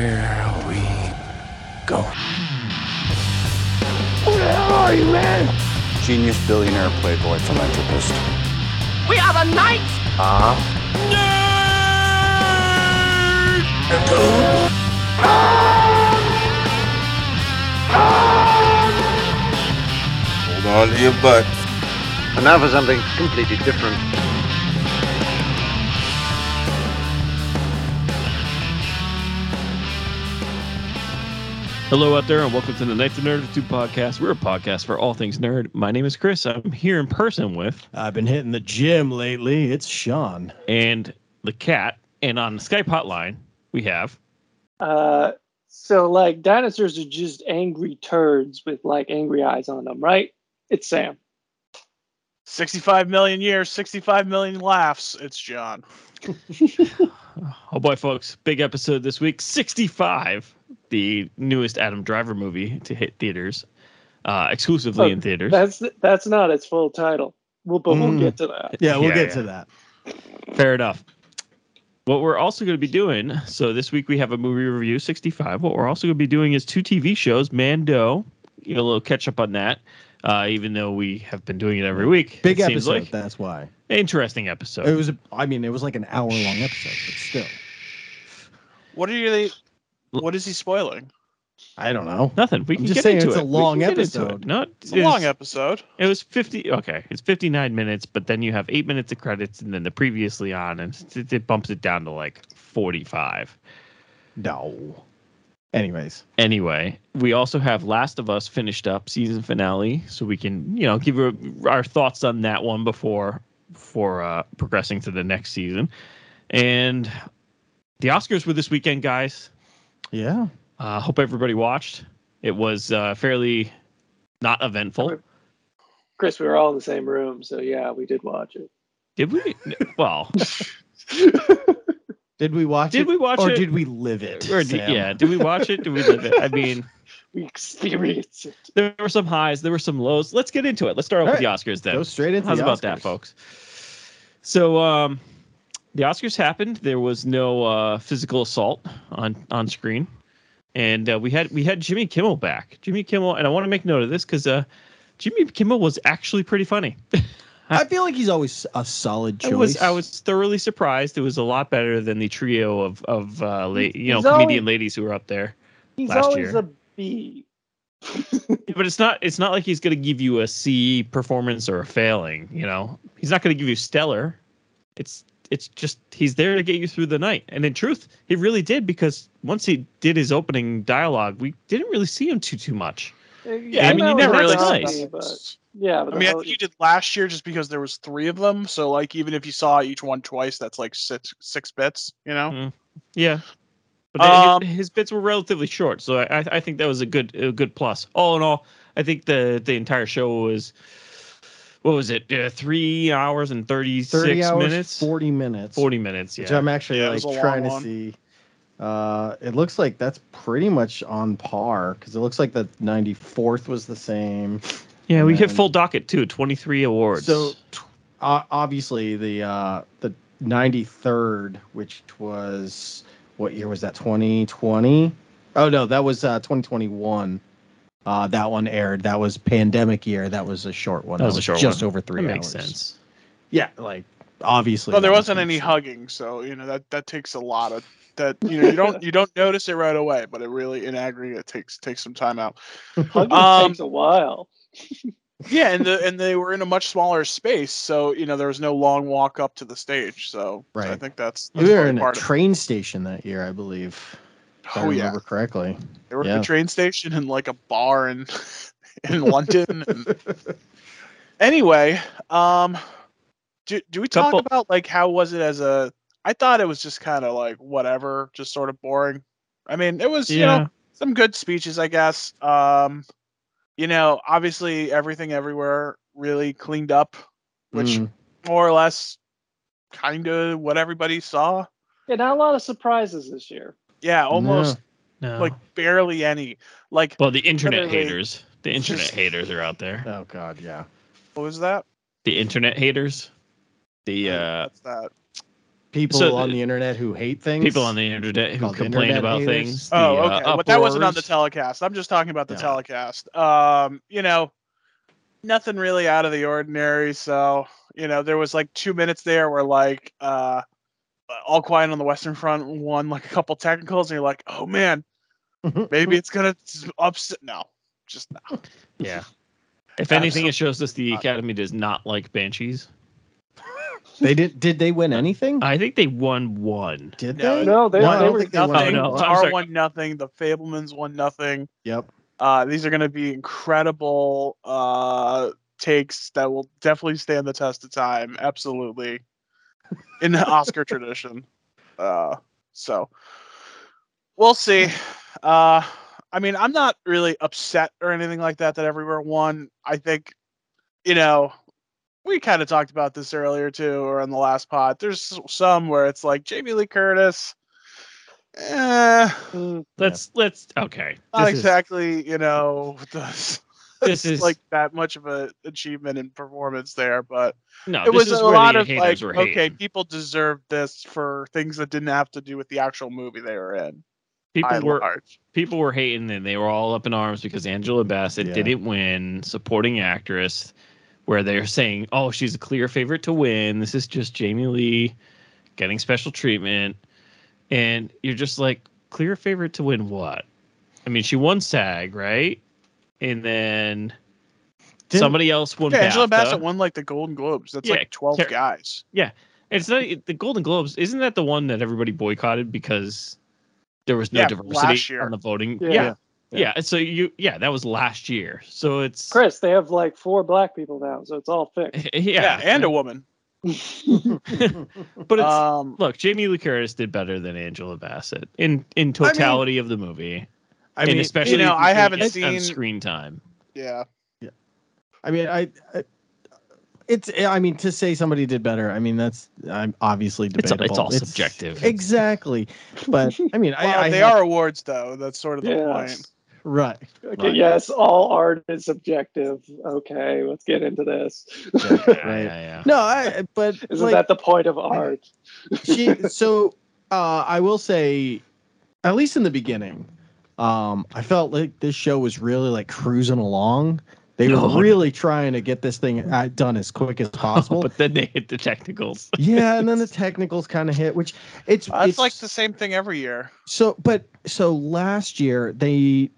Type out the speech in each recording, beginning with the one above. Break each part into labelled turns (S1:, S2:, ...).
S1: Here we go.
S2: Who the hell are you, man?
S3: Genius, billionaire, playboy, philanthropist.
S2: We are the knights.
S1: Ah. Nerd!
S4: Hold on to your butts.
S5: And now for something completely different.
S6: Hello out there, and welcome to the Knights of Nerditude podcast. We're a podcast for all things nerd. My name is Chris. I'm here in person with
S7: I've been hitting the gym lately. It's Sean.
S6: and the cat, and on the Skype hotline we have
S8: Uh, so like dinosaurs are just angry turds with like angry eyes on them, right? It's Sam.
S9: 65 million years, 65 million laughs. It's John.
S6: oh boy, folks, big episode this week. 65, the newest Adam Driver movie to hit theaters, uh, exclusively
S8: Oh,
S6: in theaters.
S8: That's that's not its full title. Well, but we'll
S7: Mm.
S8: get to that.
S7: Yeah, we'll
S6: Yeah,
S7: get
S6: yeah.
S7: to that.
S6: Fair enough. What we're also going to be doing, so this week we have a movie review 65. What we're also going to be doing is two TV shows, Mando. You know, a little catch up on that, uh, even though we have been doing it every week.
S7: Big
S6: it seems
S7: episode.
S6: like. Oh.
S7: That's why
S6: Interesting episode.
S7: it was. a- I mean, it was like an hour long episode, but still,
S9: What are you? What is he spoiling?
S7: I don't know.
S6: Nothing. We
S7: I'm
S6: can
S7: just
S6: get
S7: saying
S6: into
S7: it's
S6: it.
S7: a long
S6: we can get into
S7: episode.
S6: It. No, it
S9: It's a long
S6: is-
S9: episode.
S6: It was 50. Okay. It's 59 minutes, but then you have eight minutes of credits and then the previously on, and it, it bumps it down to like 45.
S7: No. Anyways,
S6: anyway we also have last of us finished up season finale so we can you know give our- our thoughts on that one before for uh progressing to the next season and the oscars were this weekend guys
S7: yeah.
S6: uh hope everybody watched it was uh fairly not eventful
S8: Chris, we were all in the same room, so yeah, we did watch it.
S6: did we well
S7: Did we watch it?
S6: did we watch
S7: or
S6: it
S7: did we live it?
S6: or did,
S7: Sam?
S6: yeah did we watch it did we live it i mean
S8: We experienced it.
S6: there were some highs there were some lows let's get into it let's start off
S7: All
S6: with the oscars then
S7: Go straight into
S6: How's
S7: the
S6: about that,
S7: Oscars.
S6: folks? So, um, the Oscars happened. There was no uh, physical assault on on screen, and uh, we had we had Jimmy Kimmel back. Jimmy Kimmel, and I want to make note of this because uh, Jimmy Kimmel was actually pretty funny.
S7: I feel like he's always a solid choice.
S6: I was I was thoroughly surprised. It was a lot better than the trio of of uh, la- you know
S8: He's always-
S6: comedian ladies who were up there.
S8: He's
S6: Last
S8: always
S6: year.
S8: a B.
S6: But it's not it's not like he's going to give you a C performance or a failing. You know, he's not going to give you stellar. It's it's just he's there to get you through the night. And in truth, he really did because once he did his opening dialogue, we didn't really see him too too much.
S8: Uh, Yeah,
S6: I mean, you
S8: know
S6: never
S8: it's
S6: really
S8: not a
S6: nice.
S8: B, but- yeah, but
S9: I
S8: the
S9: mean, I
S8: whole-
S9: think you did last year just because there was three of them. So like, even if you saw each one twice, that's like six six bits. You
S8: Mm,
S9: know,
S6: Yeah. But then
S9: Um,
S6: his, his bits were relatively short, so I, I I think that was a good a good plus. All in all, I think the the entire show was what was it? Uh, three hours and thirty
S7: thirty
S6: six
S7: hours,
S6: minutes.
S7: forty minutes,
S6: Forty minutes. Yeah.
S7: which I'm actually
S9: Yeah, it
S7: like
S9: was a long
S7: trying to
S9: one.
S7: see. Uh, it looks like that's pretty much on par because it looks like the 94th was the same.
S6: Yeah, we hit
S7: And-
S6: full docket too. Twenty three awards.
S7: So t- o- obviously the uh, the 93rd, which was what year was that? 2020? Oh no, that was uh, 2021. Uh, that one aired. That was pandemic year. That was a short one.
S6: That was a short
S7: just
S6: one.
S7: over three
S6: that
S7: hours.
S6: makes sense.
S7: Yeah, like obviously.
S9: well, there
S7: that was
S9: wasn't any
S7: huge.
S9: hugging, so you know that that takes a lot of that. You know, you don't you don't notice it right away, but it really in aggregate takes takes some time out.
S8: Hugging
S9: Um,
S8: takes a while.
S9: Yeah, and the and they were in a much smaller space, so you know there was no long walk up to the stage. So, so I
S7: Right.
S9: think that's,
S7: You
S9: that's
S7: were
S9: probably
S7: in a
S9: part of it.
S7: train station that year, I believe. If I
S9: Oh yeah,
S7: remember correctly.
S9: They were at
S7: Yeah.
S9: the train station and like a bar in in London. and- Anyway, um, do do we talk
S6: Couple-
S9: about like how was it as a? I thought it was just kind of like whatever, just sort of boring. I mean, it was you know some good speeches, I guess. Um, you know, obviously everything everywhere really cleaned up, which
S7: Mm.
S9: more or less kind of what everybody saw.
S8: Yeah, not a lot of surprises this year.
S9: Yeah, almost
S6: No.
S9: like barely any. Like
S6: well, the internet
S9: literally-
S6: haters. The internet haters are out there.
S7: Oh god, yeah.
S9: what was that?
S6: The internet haters. The
S9: Like,
S6: uh,
S9: what's that?
S7: people
S6: So-
S7: on the internet who hate things.
S6: People on the internet who
S7: Called the
S6: complain
S7: internet
S6: about
S7: haters.
S6: things.
S9: Oh,
S6: the, uh,
S9: okay. but that wasn't on the
S6: uproars.
S9: telecast. I'm just talking about the
S6: No.
S9: telecast. Um, you know, nothing really out of the ordinary. So, you know, there was like two minutes there where like uh all quiet on the Western Front won like a couple technicals, and you're like, oh man,
S7: the
S9: maybe it's gonna s- upset. No, just no.
S6: Yeah. Uh, If anything, it shows us the Academy does not like Banshees.
S7: they did. Did they win anything?
S6: I think they won one.
S7: Did
S9: No,
S7: they?
S8: No, they-
S7: No, I
S8: they
S7: don't
S8: were-
S7: think they won.
S9: nothing.
S6: no, I'm
S9: Tar
S6: sorry.
S9: won nothing. The Fablemans won nothing.
S7: Yep.
S9: Uh, these are gonna be incredible uh takes that will definitely stand the test of time. Absolutely, in the Oscar tradition. Uh, so we'll see. Uh, I mean, I'm not really upset or anything like that that everywhere won. I think, you know, we kind of talked about this earlier too, or in the last pod. There's s- some where it's like Jamie Lee Curtis. Eh,
S8: Mm,
S6: Let's let's okay.
S9: not
S6: This is-
S9: exactly, you know, the,
S6: This is
S9: like that much of an achievement and performance there, but
S6: no.
S9: it
S6: this
S9: was
S6: is
S9: a
S6: where
S9: lot
S6: the
S9: of like,
S6: haters were hating.
S9: okay, people deserved this for things that didn't have to do with the actual movie they were in.
S6: people
S9: by and
S6: were
S9: large.
S6: people were hating and they were all up in arms because Angela Bassett
S7: Yeah.
S6: didn't win supporting actress, where they're saying, "Oh, she's a clear favorite to win. This is just Jamie Lee getting special treatment," and you're just like, "Clear favorite to win what?" I mean, she won SAG, right? And then
S7: Didn't-
S6: somebody else won.
S9: Yeah, Angela
S6: BAFTA.
S9: Bassett won like the Golden Globes. That's
S6: Yeah,
S9: like twelve
S6: Car-
S9: guys.
S6: It's not the Golden Globes. Isn't that the one that everybody boycotted because there was no
S9: Yeah,
S6: diversity
S9: last year.
S6: on the voting?
S8: Yeah.
S6: Yeah. Yeah.
S7: Yeah.
S6: So you, yeah, that was last year. So it's
S8: Chris, they have like four black people now, so it's all fixed.
S6: Yeah.
S9: and a woman.
S6: but it's
S9: um,
S6: Uh, look, Jamie Lee Curtis did better than Angela Bassett in in totality of the movie,
S7: I
S6: and
S7: mean,
S6: especially
S9: you know,
S6: if
S9: I
S6: think
S9: haven't
S6: it's on
S9: seen-
S6: screen time.
S9: yeah,
S7: I mean, I, I it's I mean to say somebody did better. I mean that's I'm obviously
S6: It's all-
S7: debatable.
S6: it's all subjective.
S7: Exactly, but I mean,
S9: well,
S7: I, I
S9: they
S7: have-
S9: are awards though. That's sort of the point.
S8: Yes.
S7: right.
S8: Okay,
S7: Right.
S8: yes, all art is subjective. Okay, let's get into this.
S7: Yeah,
S6: Yeah,
S7: right.
S6: yeah, yeah.
S7: No, I but
S8: Isn't
S7: like,
S8: that the point of art?
S7: she so uh i will say at least in the beginning um i felt like this show was really like cruising along they
S6: No.
S7: were really trying to get this thing uh, done as quick as possible
S6: but then they hit the technicals.
S7: yeah and then the technicals kind of hit which it's
S9: That's
S7: it's
S9: like the same thing every year.
S7: so but so last year they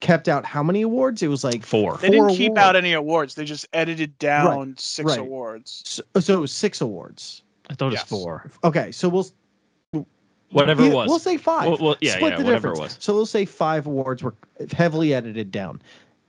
S7: kept out how many awards it was like
S6: Four.
S9: They didn't
S7: Four
S9: keep
S7: awards.
S9: out any awards. They just edited down six
S7: right.
S9: awards.
S7: so, so it was six awards
S6: I thought it was
S9: Yes.
S6: four.
S7: okay so we'll
S6: Whatever it
S7: yeah,
S6: was.
S7: we'll say five
S6: Well, well, yeah,
S7: split
S6: yeah,
S7: the
S6: whatever
S7: difference.
S6: it was.
S7: So we'll say five awards were heavily edited down.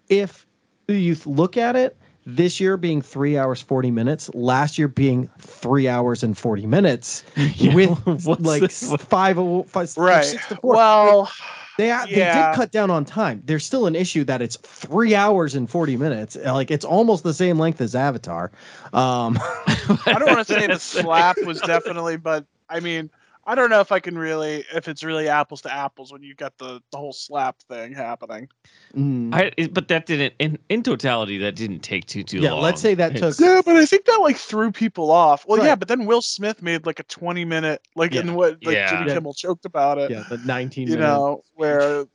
S7: If you th- look at it, this year being three hours forty minutes, last year being three hours and forty minutes,
S6: Yeah,
S7: with
S6: what's
S7: like
S6: this-
S7: s- five, awa- five s-
S9: Right.
S7: six to four.
S9: Well,
S7: they a- they
S9: yeah.
S7: did cut down on time. There's still an issue that it's three hours and forty minutes. Like it's almost the same length as Avatar. Um,
S9: I don't want to say the slap was definitely, but I mean, I don't know if I can really, if it's really apples to apples when you got the, the whole slap thing happening.
S7: mm.
S6: I, it- but that didn't in, in totality that didn't take too too
S7: yeah,
S6: long.
S7: let's say that took.
S6: It's-
S9: Yeah, but I think that like threw people off. Well, yeah,
S7: Right.
S9: but then Will Smith made like a 20 minute, like,
S7: Yeah.
S9: and what, like
S6: Yeah.
S9: Jimmy
S7: Yeah.
S9: Kimmel joked about it,
S7: Yeah, the nineteen.
S9: you
S7: minute-
S9: know, where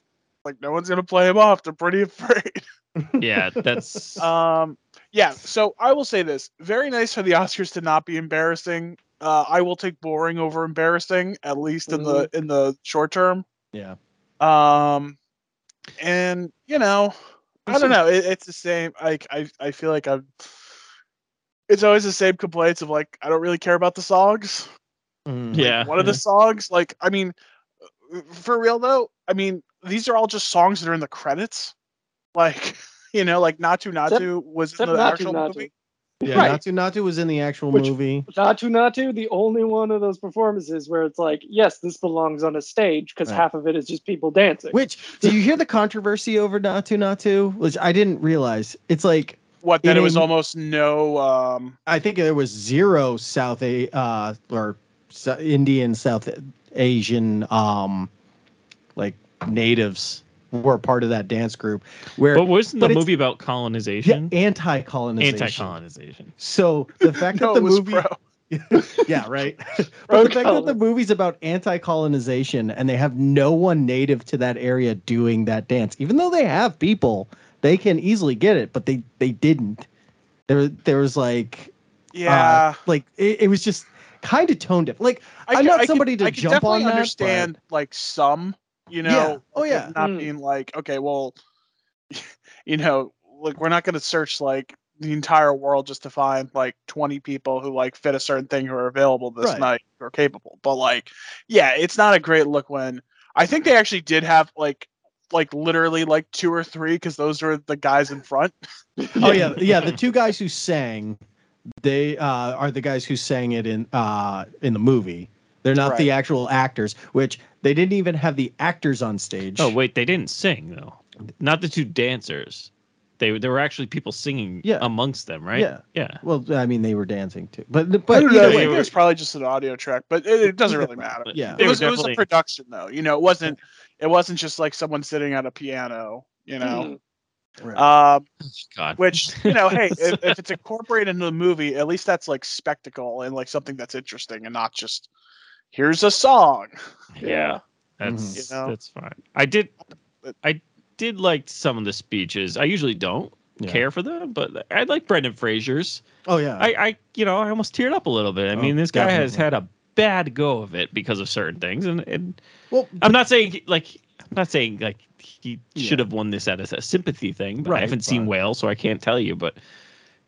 S9: like no one's going to play him off. They're pretty afraid.
S6: yeah, that's
S9: Um, yeah. So I will say this: very nice for the Oscars to not be embarrassing. Uh, I will take boring over embarrassing, at least in the in the short term.
S7: Yeah.
S9: Um, and you know, I
S6: It's
S9: don't know. It, it's the same. Like I, I feel like I'm. It's always the same complaints of like I don't really care about the songs.
S7: Mm.
S6: yeah.
S9: One of the songs, like I mean, for real though, I mean these are all just songs that are in the credits. Like you know, like Natu Natu was in
S8: except
S9: the
S8: Natu
S9: actual
S8: Natu.
S9: movie.
S7: Yeah,
S8: Right.
S7: Natu Natu was in the actual
S8: Which-
S7: movie.
S8: Natu Natu, the only one of those performances where it's like, yes, this belongs on a stage because
S7: Right.
S8: half of it is just people dancing.
S7: Which do you hear the controversy over Natu Natu? Which I didn't realize. It's like
S9: What then? It was
S7: Eating-
S9: almost no. Um,
S7: I think there was zero South a uh, or Sou- Indian South Asian um like natives were part of that dance group where
S6: But wasn't
S7: but
S6: the
S7: it's-
S6: movie about colonization?
S7: anti colonization.
S6: Anti-colonization.
S7: So the fact
S9: no,
S7: that the
S9: it was
S8: Uh,
S7: movie
S9: pro.
S7: yeah, right. but the fact that the movie's about anti-colonization and they have no one native to that area doing that dance, even though they have people, they can easily get it, but they they didn't. There there was like
S9: Yeah.
S7: uh, like it, it was just kind of tone deaf. Like I'm
S9: c-
S7: not
S9: can-
S7: somebody to
S9: I can
S7: jump on
S9: definitely
S7: that,
S9: understand like some, you
S7: Yeah.
S9: know.
S7: Oh,
S9: of
S7: yeah.
S9: Not
S8: Mm.
S9: being like, okay, well, you know, like we're not going to search like the entire world just to find like 20 people who like fit a certain thing who are available this
S7: Right.
S9: night or capable. But like, yeah, it's not a great look when I think they actually did have like like literally like two or three because those were the guys in front.
S7: oh yeah, yeah. The two guys who sang, they uh, are the guys who sang it in uh, in the movie. They're not the actual actors, which they didn't even have the actors on stage.
S6: Oh wait, they didn't sing though. Not the two dancers. They there were actually people singing
S7: Yeah.
S6: amongst them, right?
S7: Yeah.
S6: Yeah.
S7: Well, I mean, they were dancing too, but but
S9: I don't
S7: either
S9: know.
S7: way,
S9: I think it was probably just an audio track, but it, it doesn't really matter.
S7: Yeah.
S6: They
S9: it
S6: were
S9: was, it was a
S6: definitely-
S9: production though you know it wasn't it wasn't just like someone sitting at a piano you know
S7: Right.
S6: uh,
S9: um
S6: God.
S9: which you know hey if, if it's incorporated into the movie at least that's like spectacle and like something that's interesting and not just here's a song
S6: Yeah, that's
S9: You know?
S6: that's fine. I did,
S9: But-
S6: I did like some of the speeches. I usually don't
S7: Yeah.
S6: care for them, but I like Brendan Fraser's.
S7: oh yeah,
S6: I, I, you know, I almost teared up a little bit. I
S7: Oh,
S6: mean, this guy has
S7: definitely.
S6: had a bad go of it because of certain things, and and
S7: well,
S6: I'm not saying he- like I'm not saying like he
S7: Yeah.
S6: should have won this as a sympathy thing, but
S7: Right,
S6: I haven't seen
S7: right.
S6: Wales, so I can't tell you, but.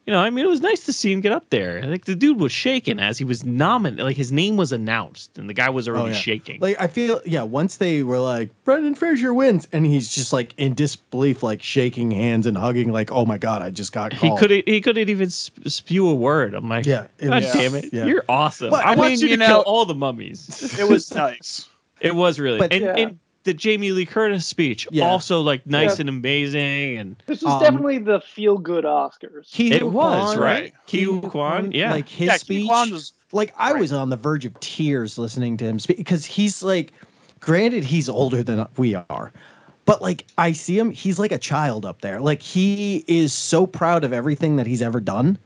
S6: You know, I mean, it was nice to see him get up there. Like the dude was shaking as he was nominated. Like his name was announced, and the guy was already
S7: Oh, yeah.
S6: shaking.
S7: like I feel yeah. Once they were like Brendan Fraser wins, and he's just like in disbelief, like shaking hands and hugging, like oh my god, I just got
S6: He
S7: called.
S6: couldn't. He couldn't even sp- spew a word. I'm like,
S7: yeah, it
S6: God
S7: was-
S6: damn it!
S7: yeah.
S6: You're awesome.
S7: But,
S6: I,
S7: I
S6: want
S9: mean,
S6: you to
S9: you
S6: kill
S9: know-
S6: all the mummies.
S9: it was nice
S6: It was really,
S7: But-
S6: and,
S8: Yeah.
S6: and the Jamie Lee Curtis speech
S7: Yeah.
S6: also like nice
S8: Yeah.
S6: and amazing, and
S8: This was
S7: Um,
S8: definitely the feel-good Oscars.
S7: Ki
S6: it
S7: Hu
S6: was
S7: Kwan,
S6: right.
S7: Ki
S6: Q
S7: Hu
S6: Kwan, yeah,
S7: like his
S9: yeah
S7: speech.
S9: Kwan was
S7: like I was on the verge of tears listening to him speak because he's like, granted, he's older than we are, but like I see him, he's like a child up there. Like he is so proud of everything that he's ever done.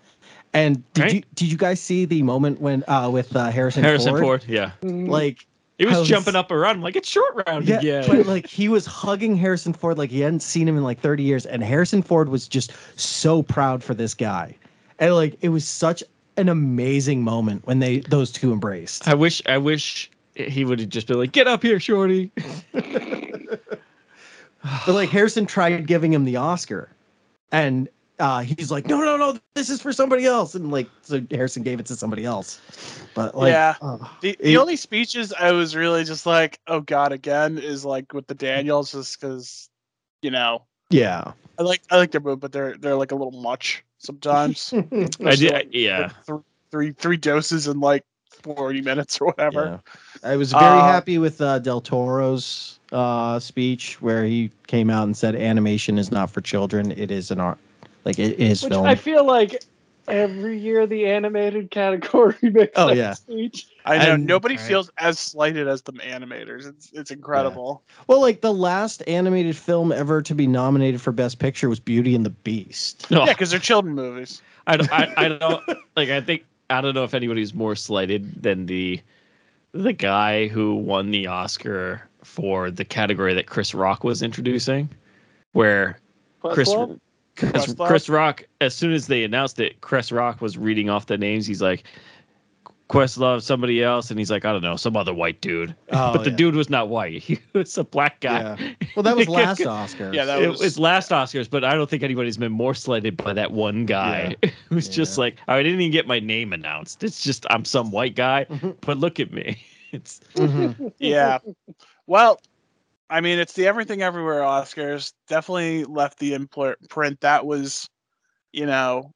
S7: And did
S6: Right.
S7: you did you guys see the moment when uh with uh, Harrison,
S6: Harrison
S7: Ford?
S6: Ford. Yeah,
S7: Like
S6: he was
S7: How's-
S6: jumping up around. I'm like, it's short round
S7: yeah,
S6: again.
S7: but like he was hugging Harrison Ford like he hadn't seen him in like 30 years, and Harrison Ford was just so proud for this guy, and like it was such an amazing moment when they those two embraced.
S6: I wish. I wish he would have just been like, get up here, shorty.
S7: But like Harrison tried giving him the Oscar, and uh, he's like, "No, no, no, this is for somebody else." And like, so Harrison gave it to somebody else. But like,
S9: Yeah.
S7: oh,
S9: The, the
S7: It-
S9: only speeches I was really just like, oh god, again is like with the Daniels, just because, you know,
S7: yeah,
S9: I like I like their move, but they're they're like a little much sometimes.
S6: I did.
S9: Especially,
S6: I- yeah,
S9: like, th- three three doses in like forty minutes or
S7: Yeah.
S9: whatever.
S7: I was very
S9: Uh,
S7: happy with uh, Del Toro's uh, speech where he came out and said, "Animation is not for children; it is an art, like it is
S8: Which
S7: film."
S8: I feel like every year the animated category makes
S7: Oh,
S8: that
S7: yeah.
S8: speech.
S9: I know
S7: And-
S9: nobody
S6: Right.
S9: feels as slighted as them animators. It's it's incredible.
S7: well, like the last animated film ever to be nominated for Best Picture was Beauty and the Beast.
S6: no,
S9: Yeah, because they're children movies.
S6: I don't, I, I don't like. I think I don't know if anybody's more slighted than the the guy who won the Oscar for the category that Chris Rock was introducing, where
S8: But
S6: Chris
S8: well,
S6: Chris,
S9: Questlove?
S6: Chris Rock, as soon as they announced it, Chris Rock was reading off the names. He's like. Questlove, somebody else, and he's like, I don't know, some other white dude.
S7: Oh,
S6: but the
S7: yeah.
S6: dude was not white; he was a black guy.
S7: Well, that was last Oscar.
S9: Yeah, that
S6: it
S9: was,
S6: was, last Oscars, but I don't think anybody's been more slighted by that one guy who's just
S7: Yeah.
S6: like, I didn't even get my name announced. It's just I'm some white guy,
S9: Mm-hmm.
S7: Mhm.
S6: but look at me. It's
S7: Mhm.
S9: yeah. Well, I mean, it's the Everything Everywhere Oscars. Definitely left the imprint. That was, you know,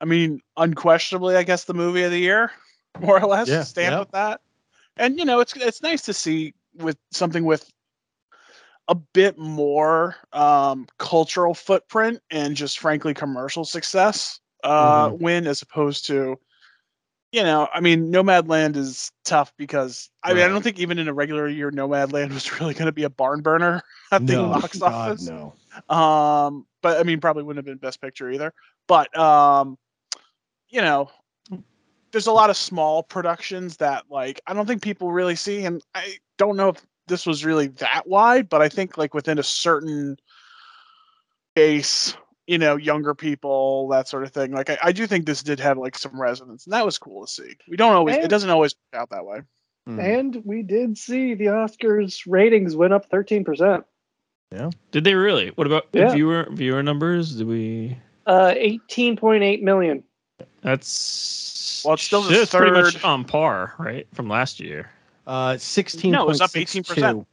S9: I mean, unquestionably, I guess the movie of the year, more or less.
S7: Yeah,
S9: Stand
S7: yeah.
S9: with that. And you know, it's it's nice to see with something with a bit more um, cultural footprint and just frankly commercial success uh,
S7: Mm-hmm.
S9: win as opposed to you know i mean nomadland is tough because i mean i
S7: Right.
S9: don't think even in a regular year nomadland was really going to be a barn burner at the
S7: No,
S9: box
S7: God,
S9: office
S7: no.
S9: um but i mean probably wouldn't have been best picture either but um you know there's a lot of small productions that like I don't think people really see, and I don't know if this was really that wide, but I think like within a certain base, you know, younger people, that sort of thing. Like I, I do think this did have like some resonance, and that was cool to see. We don't always it
S8: And-
S9: doesn't always work out that way.
S7: Hmm.
S9: Mm.
S8: And we did see the Oscars ratings went up 13%.
S6: Did they really? What about the
S8: Yeah.
S6: viewer viewer numbers? Did we?
S8: Uh, 18.8 million.
S6: That's
S9: Well, it's still the
S6: that's pretty much
S9: third-
S6: on par, right, from last year.
S7: Uh, sixteen.
S9: No, it was up 18%.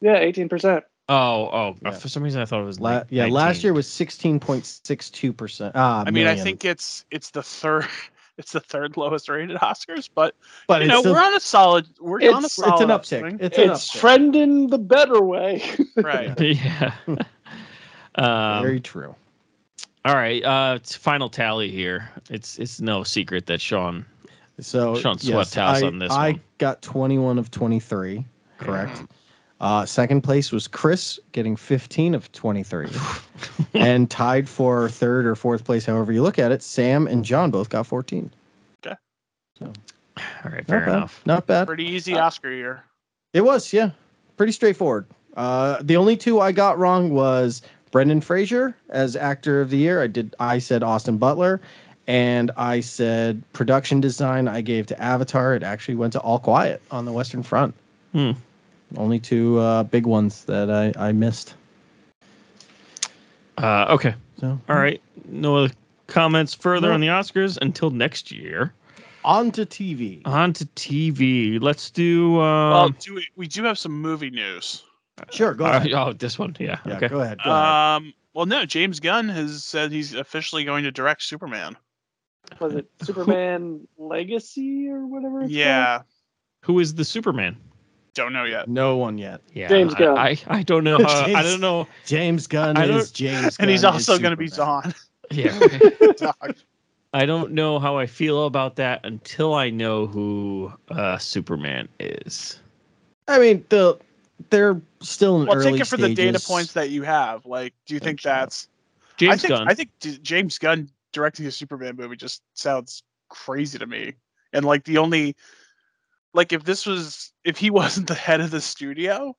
S8: Yeah, 18%.
S6: Oh, oh!
S7: Yeah.
S6: For some reason, I thought it was
S7: La-
S6: like
S7: yeah, last
S6: 19.
S7: year was sixteen point six two percent. Ah,
S9: I mean, I
S7: million.
S9: think it's it's the third it's the third lowest rated Oscars, but
S7: but
S9: you
S7: it's
S9: know
S7: still-
S9: we're on a solid we're on a
S8: It's-
S7: it's an
S9: solid
S7: uptick.
S9: upswing.
S7: It's, an
S8: It's
S7: uptick.
S8: trending the better way.
S9: right.
S6: yeah. um,
S7: Very true.
S6: all right. Uh, it's final tally here. It's it's no secret that Sean.
S7: So
S6: Sean
S7: yes,
S6: swept house
S7: I,
S6: on this
S7: I
S6: one.
S7: got twenty one of twenty three. Correct. Uh, second place was Chris, getting fifteen of twenty three, and tied for third or fourth place, however you look at it. Sam and John both got fourteen.
S6: All right.
S7: Not
S6: Fair
S7: bad.
S6: enough.
S7: Not bad.
S9: Pretty easy Oscar year.
S7: It was, yeah. Pretty straightforward. Uh, the only two I got wrong was Brendan Fraser as actor of the year. I did I said Austin Butler and I said production design I gave to Avatar. It actually went to All Quiet on the Western Front.
S6: Hmm.
S7: Only two uh, big ones that I, I missed.
S6: Uh, okay.
S7: So
S6: All right. No other comments further
S7: No.
S6: on the Oscars until next year.
S7: on to TV.
S9: Uh,
S6: On to TV. Let's do.
S9: Well,
S6: Um,
S9: do we, we do have some movie news.
S7: sure, go
S6: all
S7: ahead.
S9: uh,
S6: right, oh, this one. Yeah.
S7: yeah,
S6: okay.
S7: go ahead. Go ahead.
S9: Um, well, no, James Gunn has said he's officially going to direct Superman.
S8: Was it Superman Legacy or whatever? It's
S9: Yeah,
S6: Who is the Superman?
S9: don't know yet.
S7: No one yet.
S6: Yeah.
S8: James
S6: I-
S8: Gunn.
S6: I, I, don't know. How, I
S7: James-
S6: don't know.
S7: James Gunn
S6: I don't-
S7: is James Gunn.
S9: And he's also going to be
S7: Zahn.
S9: Zahn.
S6: Yeah. I don't know how I feel about that until I know who uh, Superman is.
S7: I mean, the they're still in
S9: well,
S7: early
S9: take it for the data
S7: stages.
S9: points that you have. Like, do you think
S7: Thanks, John.
S9: that's?
S6: James
S9: I think
S6: Gunn.
S9: I think D- James Gunn directing a Superman movie just sounds crazy to me. And like the only, like if this was if he wasn't the head of the studio,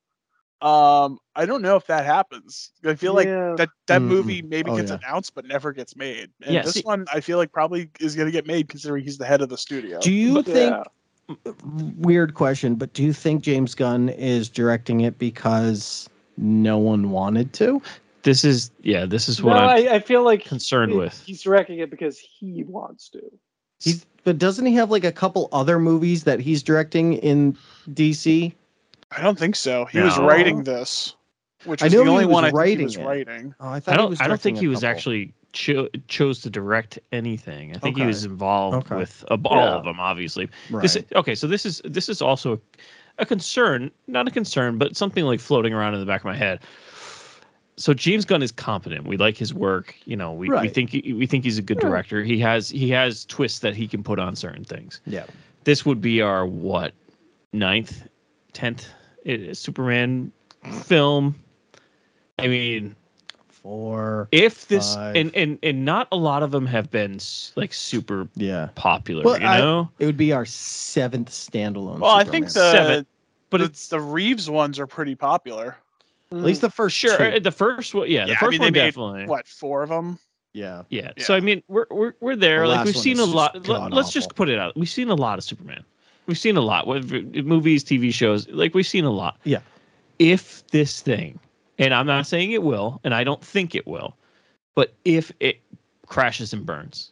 S9: um, I don't know if that happens. I feel like
S8: Yeah.
S9: that that
S7: Mm, mm.
S9: movie maybe
S7: Oh,
S9: gets
S7: yeah.
S9: announced but never gets made. And
S6: Yeah,
S9: this
S6: see-
S9: one I feel like probably is gonna get made considering he's the head of the studio.
S7: Do you
S8: But-
S7: think
S8: Yeah.
S7: weird question, but do you think James Gunn is directing it because no one wanted to?
S6: this is yeah. This is what
S8: no,
S6: I'm
S8: I, I feel like
S6: concerned
S8: he-
S6: with.
S8: He's wrecking it because he wants to.
S7: He's but doesn't he have like a couple other movies that he's directing in DC?
S9: I don't think so. He was
S6: No.
S9: writing this. Which
S7: I
S9: was
S7: know
S9: the
S7: he
S9: only
S7: was
S9: one I think he
S7: writing
S9: was
S7: it.
S9: writing.
S7: Oh, I thought
S6: I
S7: he was
S6: don't. I don't
S7: directing
S6: think
S7: a
S6: he was
S7: couple.
S6: actually cho- chose to direct anything. I think he
S7: Okay.
S6: was involved
S7: Okay.
S6: with uh, all
S8: Yeah.
S6: of them, obviously.
S7: right.
S6: This okay. So this is this is also a, a concern, not a concern, but something like floating around in the back of my head. So James Gunn is competent. We like his work. You know, we, we
S7: Right.
S6: think he- we think he's a good
S8: Yeah.
S6: director. He has he has twists that he can put on certain things.
S7: Yeah.
S6: This would be our what ninth, tenth uh, Superman film. I mean,
S7: Four.
S6: if this
S7: Five.
S6: and and and not a lot of them have been s- like super
S7: Yeah.
S6: popular,
S7: Well,
S6: you
S7: I-
S6: know.
S7: It would be our seventh standalone.
S9: Well, I think
S7: Superman.
S9: the
S6: Seven.
S9: but
S6: But
S9: it's the Reeves ones are pretty popular.
S7: at least the first
S6: Sure,
S7: two.
S6: uh, the first one, yeah, the
S9: Yeah, I
S6: first
S9: mean, they
S6: one
S9: made,
S6: definitely.
S9: What four of them?
S7: Yeah.
S6: Yeah. So
S9: Yeah.
S6: I mean, we're we're we're there.
S7: The
S6: like
S7: last
S6: we've
S7: one
S6: seen
S7: is
S6: a
S7: just
S6: lot. Let, let's just
S7: god-awful.
S6: put it out. We've seen a lot of Superman. We've seen a lot. What movies, TV shows, like we've seen a lot.
S7: Yeah.
S6: If this thing, and I'm not saying it will, and I don't think it will, but if it crashes and burns,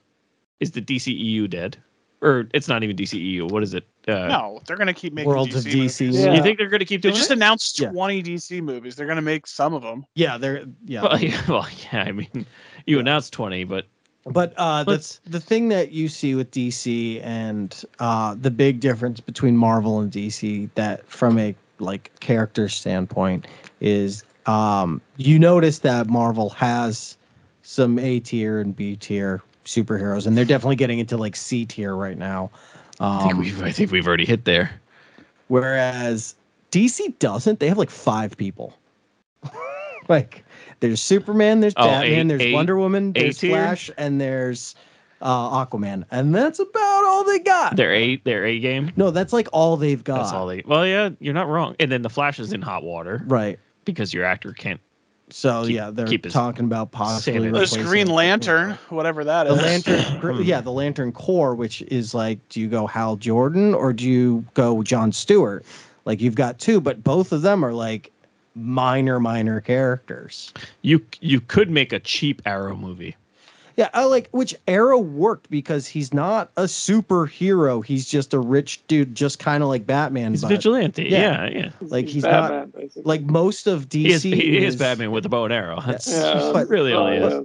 S6: is the DCEU dead? Or it's not even DCEU. What is it? Uh,
S9: No, they're gonna keep making
S7: Worlds
S9: DC
S7: of DC.
S9: movies.
S8: Yeah.
S6: You think they're going to keep
S9: They
S6: doing
S9: just
S6: it?
S9: announced
S7: Yeah.
S9: 20 DC movies. They're going to make some of them.
S7: Yeah, they're yeah.
S6: Well, yeah, well, yeah. I mean, you announced 20, but
S7: But uh, the,
S6: Let's-
S7: the thing that you see with DC and uh, the big difference between Marvel and DC that from a like character standpoint is um, you notice that Marvel has some A tier and B tier superheroes, and they're definitely getting into like C tier right now.
S6: I think,
S7: Um,
S6: we've, I think we've already hit there.
S7: whereas DC doesn't; they have like five people. like there's Superman, there's
S6: Oh, A-
S7: Batman, there's
S6: A-
S7: Wonder Woman, there's
S6: A-tier?
S7: Flash, and there's uh, Aquaman, and that's about all they got.
S6: Their A their A game.
S7: No, that's like all they've got.
S6: That's all they. Well, yeah, you're not wrong. And then the Flash is in hot water
S7: Right.
S6: because your actor can't.
S7: So
S6: Keep-
S7: yeah, they're
S6: keep his
S7: talking about possibly
S6: sanity.
S9: There's
S7: replacing-
S9: Green Lantern, whatever that
S7: The
S9: is.
S7: lantern, gr- yeah, the lantern core, which is like, do you go Hal Jordan or do you go John Stewart? Like you've got two, but both of them are like minor, minor characters.
S6: You you could make a cheap Arrow movie.
S7: Yeah, I like which Arrow worked because he's not a superhero. He's just a rich dude, just kind of like Batman.
S6: He's
S7: but,
S6: vigilante.
S7: yeah.
S6: Yeah, yeah.
S7: Like, he's not-
S8: Batman, basically.
S7: Like most of DC,
S6: He is, he is
S7: is-
S6: Batman with a bow and arrow. That's
S8: Yeah.
S6: but really all he
S8: Oh,
S6: is.
S8: yeah.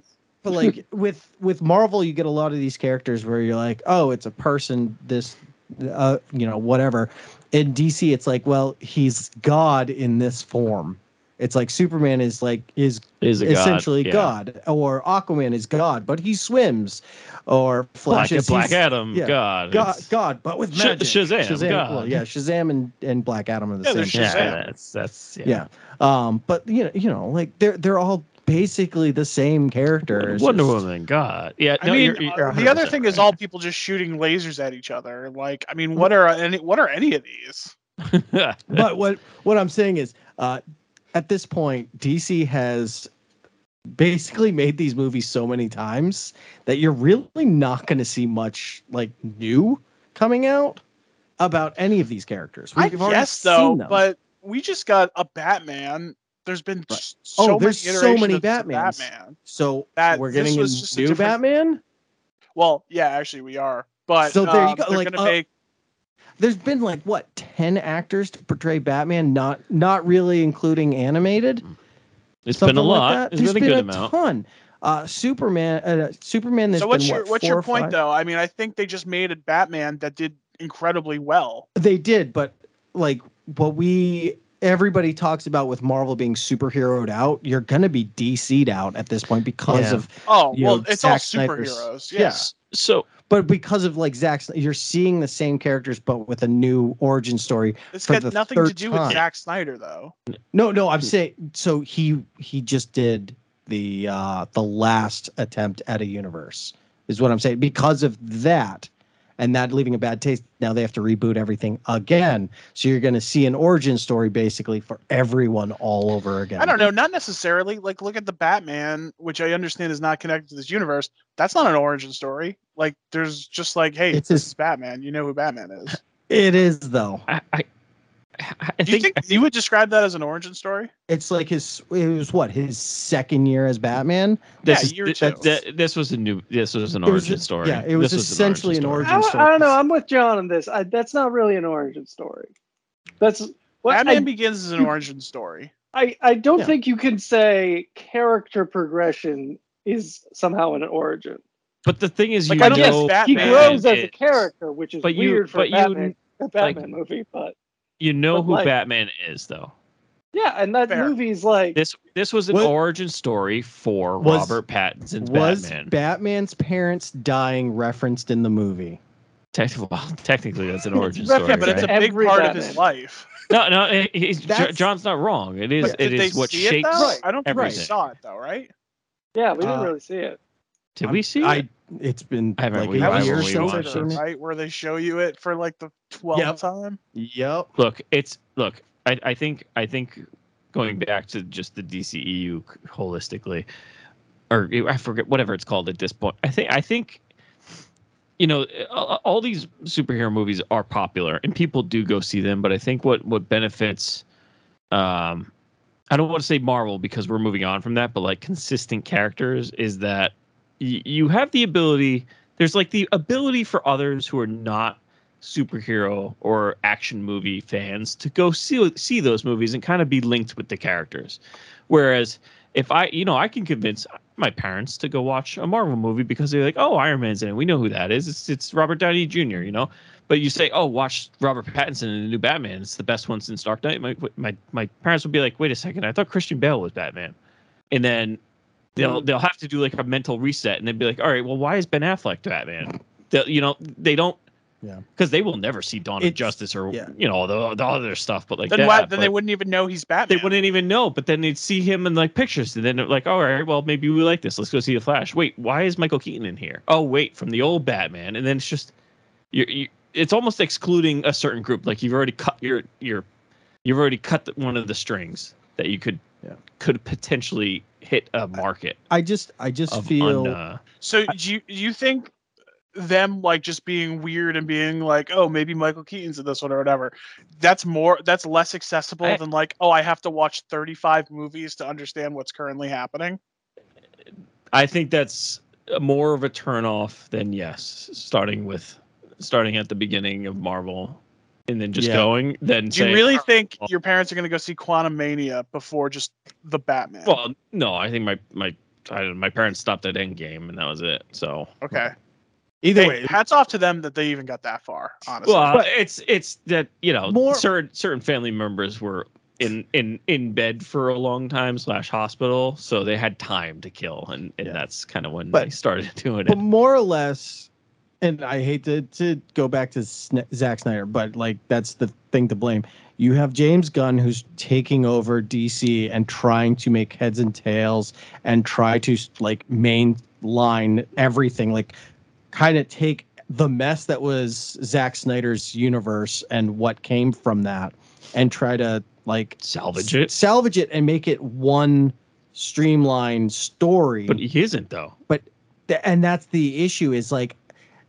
S7: But like with with Marvel, you get a lot of these characters where you're like, oh, it's a person. This, uh, you know, whatever. In DC, it's like, well, he's God in this form. It's like Superman is like is
S6: Is a god,
S7: essentially
S6: yeah.
S7: God, or Aquaman is God, but he swims, or
S6: Black,
S7: Flash is
S6: Black
S7: he's-
S6: Adam,
S7: yeah.
S6: God.
S7: God,
S6: it's-
S7: God, but with
S6: Sh-
S7: magic.
S6: Shazam, God.
S7: well, yeah, Shazam and, and Black Adam are the
S9: Yeah,
S7: same.
S9: they're
S6: Yeah,
S9: Shazam.
S6: that's that's yeah.
S7: Yeah. Um, but you know, you know, like they're they're all basically the same character. It's
S6: Wonder
S7: just-
S6: Woman, God. Yeah,
S9: I
S6: no,
S9: mean,
S6: you're, you're
S9: uh, the other
S6: 100%
S9: thing is
S6: right.
S9: all people just shooting lasers at each other. Like, I mean, what are any what are any of these?
S7: But what what I'm saying is, uh, at this point, DC has basically made these movies so many times that you're really not going to see much like new coming out about any of these characters.
S9: I
S7: We've already
S9: guess though,
S7: seen them.
S9: but we just got a Batman. There's been
S7: Right.
S9: s-
S7: Oh,
S9: so
S7: there's so
S9: many iterations
S7: many
S9: of this
S7: Batmans.
S9: Batman.
S7: so
S9: that-
S7: we're
S9: this
S7: getting a
S9: was just a
S7: new
S9: different-
S7: Batman.
S9: Well, yeah, actually we are. But
S7: So there you
S9: um,
S7: go,
S9: They're
S7: like,
S9: gonna
S7: uh,
S9: make
S7: there's been like what 10 actors to portray batman not not really including animated
S6: It's been
S7: something
S6: a
S7: like
S6: lot.
S7: that.
S6: it's
S7: There's
S6: been a good amount.
S7: ton uh superman uh, superman there's
S9: so what's
S7: been,
S9: your
S7: what,
S9: what's
S7: four
S9: your
S7: or
S9: point
S7: five-
S9: though? I mean, I think they just made a Batman that did incredibly well.
S7: they did but like what we everybody talks about with marvel being superheroed out you're gonna be dc'd out at this point because
S6: Yeah.
S7: of
S9: Oh
S7: You
S9: well,
S7: know,
S9: it's all
S7: Zack Snyder's-
S9: superheroes.
S7: yeah.
S9: Yes,
S6: So
S7: but because of like Zack, Sny- you're seeing the same characters but with a new origin story.
S9: it's
S7: For
S9: got
S7: the
S9: nothing to
S7: third
S9: do with
S7: time.
S9: Zack Snyder though.
S7: No, no,
S6: Hmm.
S7: I'm saying so he he just did the uh the last attempt at a universe is what I'm saying because of that and that leaving a bad taste now they have to reboot everything again so you're going to see an origin story basically for everyone all over again
S9: I don't know, not necessarily. Like, look at the Batman, which I understand is not connected to this universe. That's not an origin story. Like, there's just like, hey,
S7: It's
S9: this
S7: a-
S9: is Batman. You know who Batman is.
S7: it is though
S6: I, I, I
S9: Do you think,
S6: I
S9: you would describe that as an origin story?
S7: it's like his it was what his second year as batman
S6: this
S9: yeah,
S6: is-
S9: year
S6: th-
S9: two.
S6: th- th- this was a new. This was an
S7: It was
S6: origin
S7: a-
S6: story.
S7: yeah, it was
S6: This
S7: essentially an
S6: story.
S7: origin-
S8: I,
S7: story.
S8: I don't know. I'm with John on this. I, that's not really an origin story. That's what
S9: Batman
S8: I,
S9: Begins is an origin story.
S8: I, I don't
S7: Yeah.
S8: think you can say character progression is somehow an origin.
S6: But the thing is,
S9: Like,
S6: you
S9: I
S6: know,
S9: don't guess Batman
S8: he grows as a
S6: is-
S8: character, which is
S6: but you-
S8: weird for
S6: but
S8: a
S6: you-
S8: Batman, a
S6: like-
S8: Batman movie. But
S6: You know
S8: but
S6: who
S8: like-
S6: Batman is, though.
S8: yeah, and that
S9: Fair.
S8: movie's like
S6: This this was an
S7: What-
S6: origin story for
S7: Was-
S6: Robert Pattinson's
S7: was
S6: Batman.
S7: batman's parents dying referenced in the movie
S6: Technically, well, technically, that's an
S8: It's
S6: origin
S8: referenced
S6: story.
S9: Yeah, but it's a
S6: right?
S9: big
S8: Every
S9: part of
S8: Batman.
S9: his life.
S6: no, no. he- he's-
S7: That's-
S6: John's not wrong. It is.
S9: But
S6: It
S9: did they
S6: is what
S9: see it,
S6: shakes.
S9: though? I don't think we
S6: everything.
S9: saw it though, right?
S8: yeah, we didn't
S7: uh,
S8: really see it.
S6: Did we see?
S7: i
S6: it?
S7: it's been
S6: I haven't
S7: like
S6: Yeah,
S9: That
S6: why
S9: was
S7: a year
S6: would we
S7: since
S9: your
S6: watch
S7: i've
S9: shoulder,
S7: seen it
S9: right? Where they show you it for like the twelfth
S7: Yep.
S9: time.
S7: yep
S6: look it's look i, I think i think going back to just the dceu holistically or i forget whatever it's called at this point i think i think you know all, all these superhero movies are popular and people do go see them but i think what what benefits um i don't want to say marvel because we're moving on from that but like consistent characters is that y- you have the ability there's like the ability for others who are not superhero or action movie fans to go see see those movies and kind of be linked with the characters. Whereas if I, you know, I can convince my parents to go watch a Marvel movie because they're like, "Oh, Iron Man's in it. We know who that is. It's it's Robert Downey Jr." You know, but you say, "Oh, watch Robert Pattinson in the new Batman. It's the best one since Dark Knight." My my my parents would be like, "Wait a second. I thought Christian Bale was Batman," and then.
S9: Mm.
S6: They'll, they'll have to do like a mental reset and they'd be like, all right, well, why is Ben Affleck Batman? They'll, you know, they don't because they will never see Dawn
S7: It's-
S6: of Justice or
S7: yeah.
S6: you know all the, the other stuff. But like
S9: Then
S6: that,
S9: why? Then they
S6: but
S9: wouldn't even know he's
S6: they
S9: Batman.
S6: wouldn't even know. But then they'd see him in like pictures, and then they're like, all right, well maybe we like this. Let's go see the Flash. Wait, why is Michael Keaton in here? Oh wait, from the old Batman, and then it's just you you it's almost excluding a certain group. Like you've already cut your your you've already cut the, one of the strings that you could
S7: Yeah.
S6: could potentially hit a market
S7: I just I just
S6: of
S7: feel
S6: un, uh,
S9: So do you do you think them like just being weird and being like, oh, maybe Michael Keaton's in this one or whatever. That's more that's less accessible
S6: I-
S9: than like, oh, I have to watch 35 movies to understand what's currently happening.
S6: I think that's more of a turnoff than yes, starting with starting at the beginning of Marvel and then just
S7: Yeah.
S6: going then
S9: Do you
S6: saying,
S9: really think your parents are going to go see Quantum Mania before just the Batman?
S6: well no, I think my my I, don't know, my parents stopped at Endgame and that was it. So
S9: okay.
S7: either
S9: Hey,
S7: way.
S9: hats off to them that they even got that far, honestly.
S6: well, it's it's that you know
S7: More-
S6: certain certain family members were in in in bed for a long time slash hospital, so they had time to kill, and, and
S7: Yeah.
S6: that's kind of when
S7: But-
S6: they started doing
S7: But
S6: it.
S7: more or less, and I hate to, to go back to Sn- Zack Snyder, but like that's the thing to blame. You have James Gunn who's taking over DC and trying to make heads and tails and try to like mainline everything, like kind of take the mess that was Zack Snyder's universe and what came from that and try to like
S6: Salvage it,
S7: salvage it and make it one streamlined story
S6: but he isn't though.
S7: Th- and that's the issue is like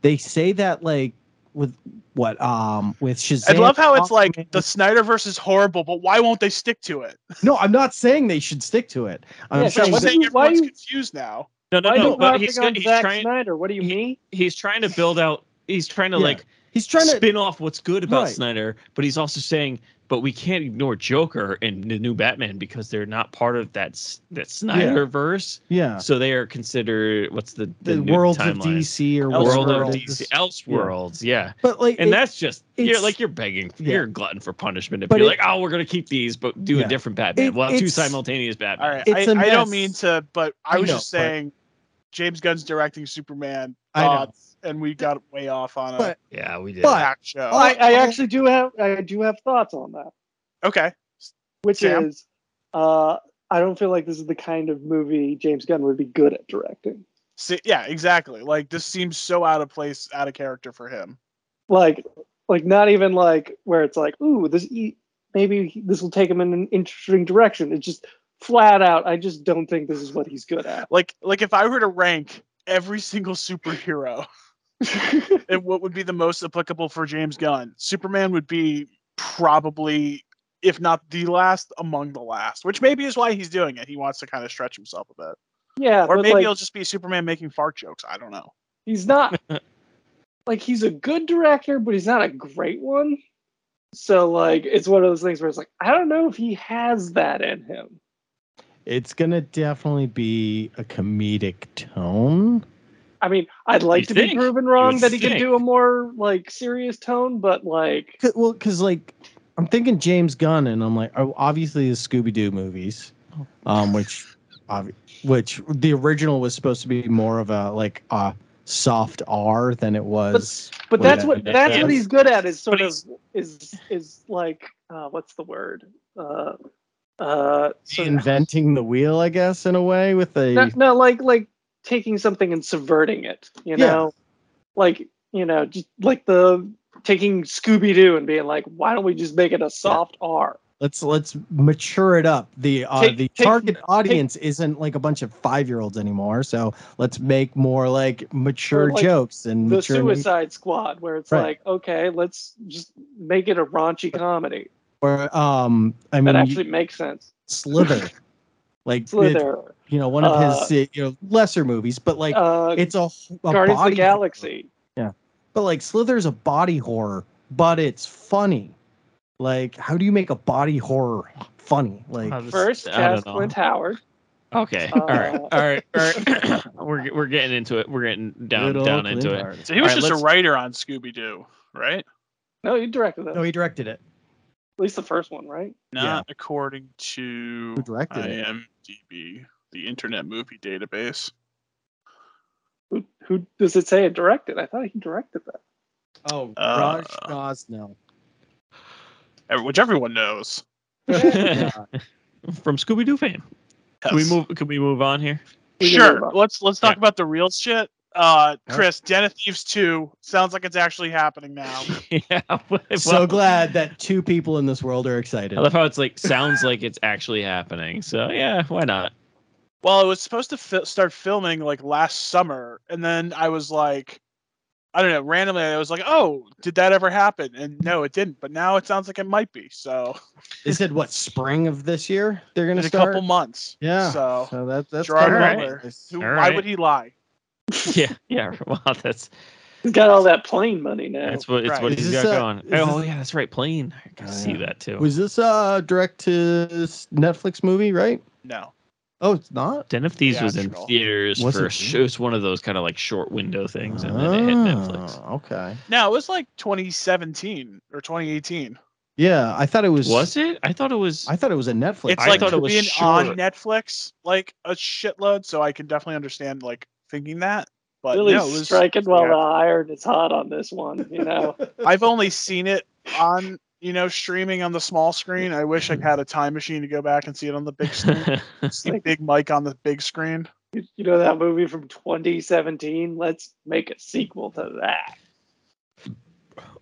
S7: they say that like with what um with Shazam.
S9: I love how it's like
S7: Aquaman-
S9: the Snyderverse is horrible, but why won't they stick to it?
S7: no, I'm not saying they should stick to it. I'm
S8: Yeah,
S9: Which
S7: saying
S9: is
S8: what
S7: that,
S8: do
S9: saying
S8: you- why
S9: everyone's
S8: you-
S9: confused now.
S6: No, no,
S8: Why are
S6: no.
S8: you
S6: But
S8: harping
S6: he's
S8: on
S6: he's
S8: Zack
S6: trying
S8: Snyder? What do you
S6: he-
S8: mean?
S6: he's trying to build out. He's trying to
S7: Yeah.
S6: like
S7: he's trying to
S6: spin off what's good about
S7: Right.
S6: Snyder, but he's also saying, but we can't ignore Joker and the new Batman because they're not part of that s- that Snyder verse.
S7: yeah
S6: So they are considered what's the
S7: the,
S6: new
S7: worlds of
S6: timeline?
S7: DC or
S9: Elseworlds.
S6: World
S7: whatever
S6: of
S7: it
S6: DC,
S7: is.
S6: Elseworlds, yeah.
S7: But like
S6: And
S7: it-
S6: that's just you're
S7: it's-
S6: like you're begging,
S7: yeah.
S6: you're a glutton for punishment if
S7: But
S6: you're like,
S7: it-
S6: oh, we're gonna keep these, but do
S7: Yeah.
S6: a different Batman.
S7: It-
S6: well, two
S7: it's-
S6: simultaneous Batman.
S9: All right,
S7: It's
S9: I,
S7: a
S9: I don't
S7: mess.
S9: mean to, but I,
S7: I
S9: was
S7: know,
S9: just
S7: but-
S9: saying, James Gunn's directing Superman,
S7: I know.
S9: thoughts, and we got way off on a
S7: But-
S6: Yeah, we did.
S7: But-
S9: back show.
S7: Oh,
S8: I, I
S7: oh.
S8: actually do have I do have thoughts on that,
S9: okay,
S8: which
S9: Sam?
S8: is uh, I don't feel like this is the kind of movie James Gunn would be good at directing.
S9: See, yeah, exactly. Like this seems so out of place, out of character for him.
S8: Like like not even like where it's like ooh this e- maybe he- this will take him in an interesting direction. It's just flat out. I just don't think this is what he's good at.
S9: Like, like if I were to rank every single superhero, and what would be the most applicable for James Gunn, Superman would be probably, if not the last, among the last. Which maybe is why he's doing it. He wants to kind of stretch himself a bit,
S8: yeah,
S9: or
S8: but,
S9: maybe
S8: like,
S9: it'll just be Superman making fart jokes. I don't know.
S8: He's not like he's a good director, but he's not a great one. So like it's one of those things where it's like I don't know if he has that in him.
S7: it's gonna definitely be a comedic tone.
S8: I mean, I'd like
S6: You
S8: to be
S6: think?
S8: proven wrong
S6: would
S8: that he could
S6: think.
S8: do a more like serious tone, but like
S7: 'Cause- well, because like I'm thinking James Gunn, and I'm like, oh, obviously the Scooby Doo movies,
S8: Oh,
S7: um, which, obvi- which the original was supposed to be more of a like a soft R than it was.
S8: but
S7: Well,
S8: that's
S7: that-
S8: what
S6: that-
S8: that's what
S6: that's-
S8: he's good at is sort
S6: but
S8: of is is like uh what's the word? Uh uh sort of-
S7: Inventing the wheel, I guess, in a way with a
S8: no, no, like like taking something and subverting it you
S7: Yeah.
S8: know like you know just like the taking scooby-doo and being like why don't we just make it a soft r
S7: let's let's mature it up. The uh,
S8: Take-
S7: the
S8: take-
S7: target audience isn't like a bunch of five year olds anymore, so let's make more like mature
S8: like
S7: jokes and
S8: the
S7: mature movies.
S8: suicide squad where it's
S7: Right.
S8: like okay let's just make it a raunchy comedy
S7: Or um, I mean,
S8: that
S7: you-
S8: actually makes sense
S7: Slither. Like
S8: so
S7: it-
S8: there
S7: you know one of his
S8: Uh,
S7: uh, you know lesser movies but like
S8: uh,
S7: it's a, h- a
S8: guardians of
S7: body
S8: the galaxy
S7: horror. but like slither's a body horror but it's funny like how do you make a body horror funny like
S6: How does-
S8: first
S6: I don't
S8: cast
S6: know.
S8: clint howard
S6: Okay.
S8: Uh,
S6: all right. All right. All right. we're we're getting into it. We're getting down
S7: little
S6: down into
S7: Clint
S6: it.
S7: Howard.
S9: So he was
S6: All right,
S9: just
S6: let's-
S9: a writer on Scooby Doo, right?
S8: no you directed that
S7: no
S8: at
S7: he directed it
S8: least the first one right
S9: Not
S7: Yeah.
S9: according to
S7: who directed it
S9: IMDb, the Internet Movie Database.
S8: who, who does it say it directed i thought he directed that
S7: oh
S9: Uh,
S7: raj gosnell
S9: ev- Which everyone knows.
S6: From Scooby Doo fame. Can we move? Can we move on here?
S8: We can
S9: Sure.
S8: move on.
S9: Let's let's
S6: Yeah.
S9: talk about the real shit. Uh, Chris, Den of Thieves 2 sounds like it's actually happening now.
S6: yeah. well,
S7: so glad that two people in this world are excited.
S6: I love how it's like sounds like it's actually happening. So yeah, why not?
S9: Well, it was supposed to fi- start filming like last summer, and then I was like, I don't know, randomly I was like, oh, did that ever happen? And no, it didn't. But now it sounds like it might be. So
S7: They said what spring of this year they're
S9: in
S7: gonna
S9: a
S7: start.
S9: couple months.
S7: yeah.
S9: So,
S7: So that, that's
S9: Gerard
S7: kinda
S6: Butler.
S7: nice.
S9: who-
S6: All
S9: why
S6: right.
S9: would he lie?
S6: Yeah, yeah. Well, that's
S8: He's got all that plane money now.
S6: that's what it's
S9: right.
S6: what
S7: Is
S6: he's
S7: this
S6: got going.
S7: a- is
S6: Oh
S7: this-
S6: yeah, that's right. Plane. I can
S7: Oh,
S6: see
S7: yeah.
S6: that too.
S7: Was this a direct to Netflix movie, right?
S9: No.
S7: Oh, it's not.
S6: Den of Thieves was in
S9: Theatrical.
S6: theaters
S7: Was it
S6: for sh- it was one of those kind of like short window things, and then it hit Netflix.
S7: Ah, Okay.
S9: No, it was like 2017 or 2018.
S7: Yeah, I thought it was.
S6: Was it? I thought it was.
S7: I thought it was a Netflix.
S9: It's
S6: I
S9: like
S6: thought it was
S9: being
S6: short.
S9: on Netflix like a shitload, so I can definitely understand like thinking that. But
S8: really
S9: Uh, no, it was,
S8: striking while the
S9: yeah.
S8: iron is hot on this one, you know.
S9: I've only seen it on you know streaming on the small screen. I wish I had a time machine to go back and see it on the big screen. see Big Mike on the big screen.
S8: you, you know that movie from 2017? Let's make a sequel to that.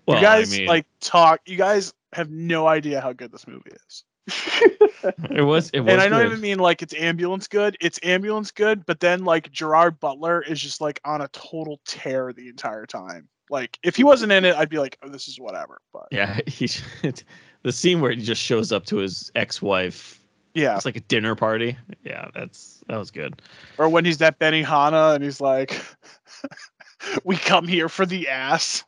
S6: Well, I
S9: you guys
S6: mean,
S9: like talk. You guys have no idea how good this movie is.
S6: it was. It was.
S9: and I don't
S6: good.
S9: even mean like it's ambulance good. It's ambulance good, but then like Gerard Butler is just like on a total tear the entire time. Like if he wasn't in it, I'd be like, oh, this is whatever. But
S6: Yeah, he should- the scene where he just shows up to his ex-wife.
S9: yeah,
S6: It's like a dinner party. Yeah, that's that was good.
S9: or when he's that Benny Hanna and he's like, we come here for the ass.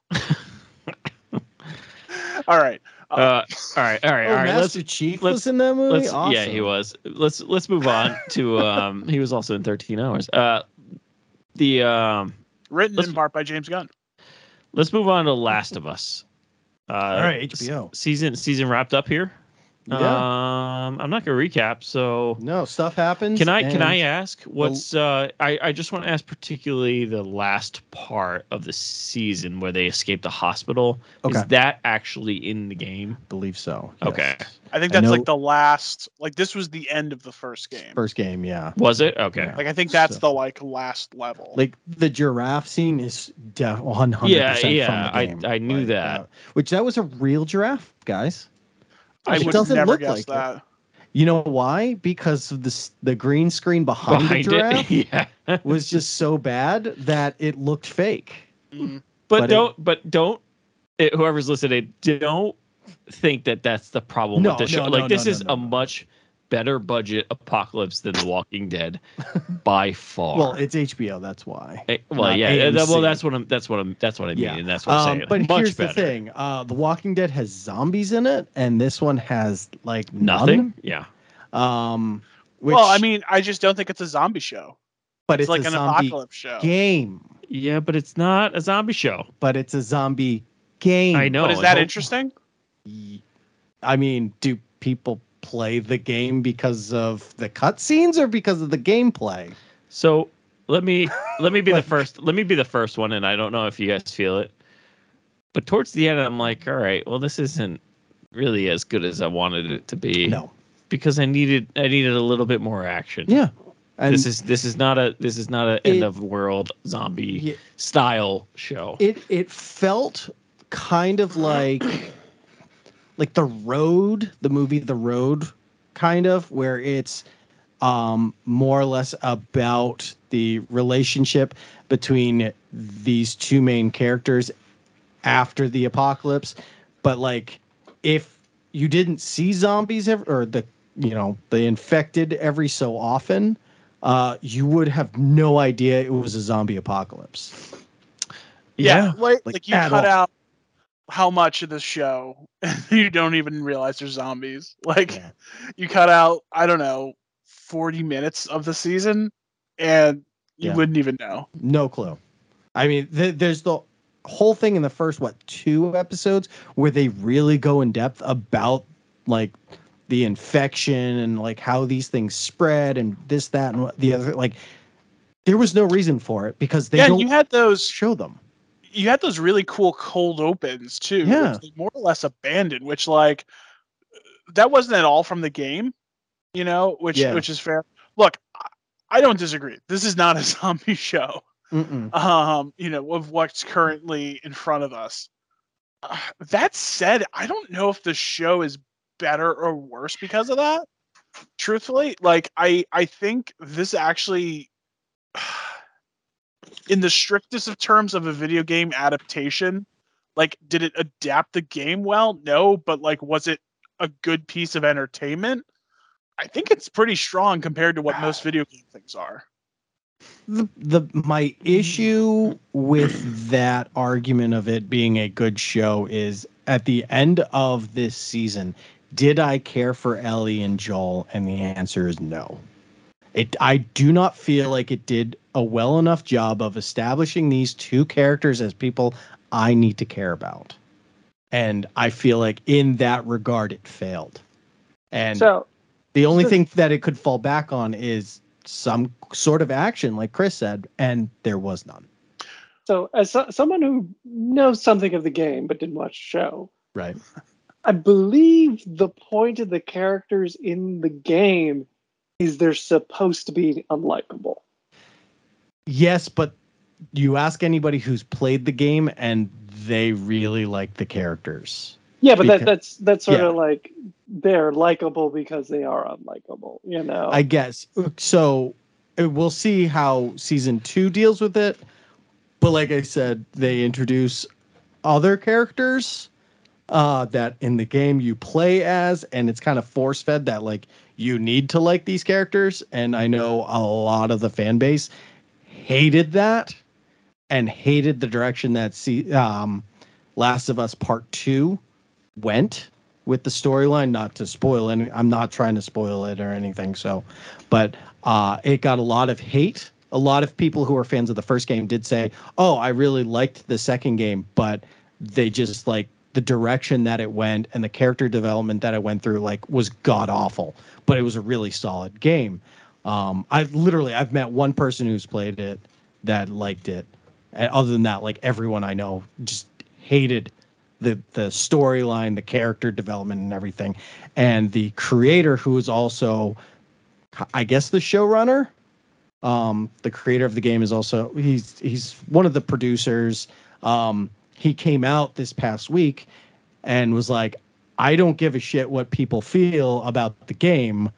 S9: All right.
S6: Uh, all right, all right,
S7: Oh,
S6: all right. Let's
S7: Master Chief
S6: let's-
S7: was in that movie.
S6: let's
S7: Awesome.
S6: yeah, he was. Let's let's move on to um. he was also in Thirteen Hours. Uh, the um.
S9: Written
S6: Let's-
S9: in part by James Gunn.
S6: Let's move on to Last of Us. Uh,
S7: All right,
S6: s-
S7: HBO.
S6: season season wrapped up here.
S7: Yeah.
S6: Um, I'm not gonna recap. So
S7: no, stuff happens.
S6: Can I can
S7: and-
S6: I ask what's
S7: Oh.
S6: uh I, I just want to ask particularly the last part of the season where they escape the hospital.
S7: Okay.
S6: Is that actually in the game?
S7: believe so.
S6: Okay.
S7: yes.
S9: I think
S7: I
S9: that's
S7: know-
S9: like the last. Like this was the end of the first game.
S7: First game, yeah.
S6: Was it? Okay.
S9: Like I think that's
S7: So-
S9: the like last level.
S7: Like the giraffe scene is one hundred
S6: Yeah,
S7: percent
S6: yeah, I-
S7: from the game.
S6: I knew
S7: Like,
S6: that.
S7: uh, which that was a real giraffe, guys.
S9: I
S7: it
S9: would
S7: doesn't
S9: never
S7: look
S9: guess
S7: like it.
S9: that.
S7: You know why? Because of this, the green screen behind,
S6: Behind
S7: the giraffe
S6: it. yeah. But,
S7: was just so bad that it looked fake.
S9: Mhm.
S7: but it-
S6: don't but don't it, whoever's listening don't think that that's the problem
S7: No,
S6: with the show.
S7: no, no,
S6: like this
S7: no, no,
S6: is
S7: no,
S6: a
S7: no.
S6: much better budget apocalypse than The Walking Dead by far.
S7: Well, it's HBO, that's why.
S6: Eh, well,
S7: not
S6: yeah. eh, that- Well,
S7: AMC.
S6: that's what I'm. That's what I'm. That's what I mean,
S7: Yeah.
S6: and that's what I'm
S7: Um,
S6: saying.
S7: but
S6: Much
S7: here's
S6: better.
S7: the thing: uh, The Walking Dead has zombies in it, and this one has like
S6: Nothing. Yeah.
S7: none. Um, which,
S9: well, I mean, I just don't think it's a zombie show.
S7: but
S9: It's,
S7: it's,
S9: like
S7: a
S9: an
S7: zombie
S9: apocalypse show.
S7: game.
S6: Yeah, but it's not a zombie show.
S7: But it's a zombie game.
S6: I know.
S9: but is
S6: I
S9: that
S6: hope-
S9: interesting?
S7: Y- I mean, do people play the game because of the cutscenes or because of the gameplay?
S6: So let me let me be the
S7: Like-
S6: first. Let me be the first one, and I don't know if you guys feel it, but towards the end, I'm like, all right, well, this isn't really as good as I wanted it to be.
S7: No.
S6: because I needed I needed a little bit more action.
S7: Yeah. And
S6: this is this is not a this is not a
S7: It-
S6: end of world zombie
S7: Ye-
S6: style show.
S7: it it felt kind of like like the road the movie the road kind of where it's um more or less about the relationship between these two main characters after the apocalypse but like if you didn't see zombies ever, or the you know the infected every so often uh you would have no idea it was a zombie apocalypse
S9: Like,
S7: Like,
S9: like you
S7: at
S9: cut
S7: all.
S9: out how much of the show you don't even realize there's zombies. Like
S7: Yeah.
S9: you cut out, I don't know, 40 minutes of the season and you
S7: Yeah.
S9: wouldn't even know.
S7: No clue. I mean, th- there's the whole thing in the first what two episodes where they really go in depth about like the infection and like how these things spread and this that and what- the other like there was no reason for it because they
S9: yeah, and
S7: don't
S9: you had those
S7: show them.
S9: you had those really cool cold opens too,
S7: Yeah.
S9: which they more or less abandoned, which like that wasn't at all from the game, you know, which
S7: Yeah.
S9: which is fair. Look, I- I don't disagree. This is not a zombie show.
S7: Mm-mm.
S9: um, you know, of what's currently in front of us. Uh, that said, I don't know if the show is better or worse because of that. Truthfully, like I, I think this actually, in the strictest of terms of a video game adaptation, like did it adapt the game well? No, but like was it a good piece of entertainment? I think it's pretty strong compared to what most video game things are.
S7: The, the my issue with that argument of it being a good show is at the end of this season, did I care for Ellie and Joel? And the answer is no. It I do not feel like it did a well enough job of establishing these two characters as people I need to care about. And I feel like in that regard it failed. And
S8: so
S7: the only
S8: So-
S7: thing that it could fall back on is some sort of action, like Chris said, and there was none.
S8: so as so- someone who knows something of the game but didn't watch the show,
S7: Right.
S8: I believe the point of the characters in the game is they're supposed to be unlikable.
S7: Yes, but you ask anybody who's played the game and they really like the characters.
S8: Yeah, but
S7: Because-
S8: that, that's that's sort
S7: yeah.
S8: of like they're likable because they are unlikable, you know.
S7: I guess. So uh, we'll see how season two deals with it. But like I said, they introduce other characters uh, that in the game you play as, and it's kind of force fed that like you need to like these characters. And I know a lot of the fan base hated that and hated the direction that se- um, Last of Us Part Two went with the storyline not to spoil and i'm not trying to spoil it or anything so but uh it got a lot of hate a lot of people who are fans of the first game did say oh i really liked the second game but they just like the direction that it went and the character development that it went through like was god awful but it was a really solid game um i literally i've met one person who's played it that liked it and other than that like everyone i know just hated the the storyline, the character development, and everything. And the creator, who is also, I guess, the showrunner, um, the creator of the game is also he's he's one of the producers. Um, he came out this past week and was like, "I don't give a shit what people feel about the game.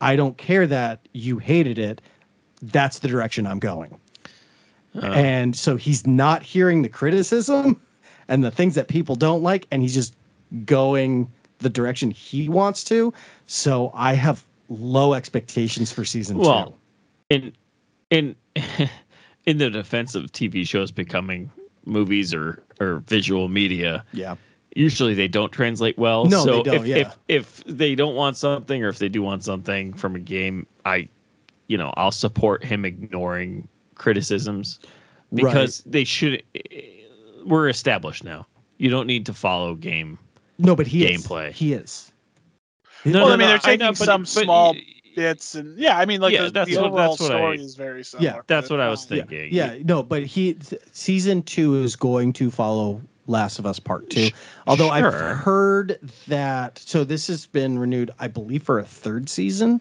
S7: I don't care that you hated it. That's the direction I'm going."
S6: Uh,
S7: and so he's not hearing the criticism and the things that people don't like and he's just going the direction he wants to so i have low expectations for season
S6: Well, in in in the defense of TV shows becoming movies or or visual media,
S7: two yeah
S6: usually they don't translate well.
S7: No,
S6: so
S7: they don't,
S6: if,
S7: yeah.
S6: if if they don't want something or if they do want something from a game, I you know, I'll support him ignoring criticisms because they should eh, we're established now. You don't need to follow game.
S7: no but he is.
S6: Gameplay.
S7: he is
S9: Well, I mean, they're taking
S6: but-
S9: some
S6: but-
S9: small bits and yeah, I mean, like
S6: Yeah,
S9: the,
S6: that's
S9: the
S6: what-
S9: overall
S6: that's what I-
S9: story is very similar. Um, to
S6: that's what I was
S9: Tom.
S6: thinking.
S7: Yeah, yeah, no, but he th- season two is going to follow Last of Us Part Two. Although I've
S6: sure.
S7: heard that, so this has been renewed, I believe, for a third season.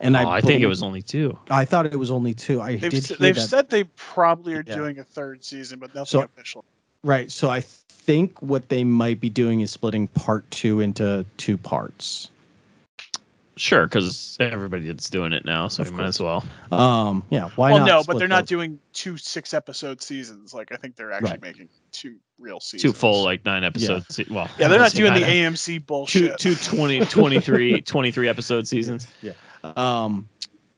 S7: And
S6: Oh, I think it
S7: believe-
S6: was only two.
S7: I thought it was only two. I
S9: They've,
S7: did
S9: s-
S7: hear
S9: they've
S7: that.
S9: said they probably are
S7: Yeah.
S9: doing a third season, but nothing
S7: So-
S9: official.
S7: Right. So I think what they might be doing is splitting part two into two parts.
S6: Sure, because everybody that's doing it now, so
S7: Of
S6: we might as well.
S7: Um, yeah. Why
S9: well,
S7: not?
S9: no, but
S7: split
S9: they're not
S7: those?
S9: doing two six episode seasons. Like I think they're actually
S7: Right.
S9: making two real seasons.
S6: Two full, like nine episodes. Well,
S9: Yeah, they're
S6: I
S9: not
S6: don't
S9: doing the
S6: see nine.
S9: AMC
S6: two
S9: bullshit.
S6: two 20, 23, 23 episode seasons.
S7: Um,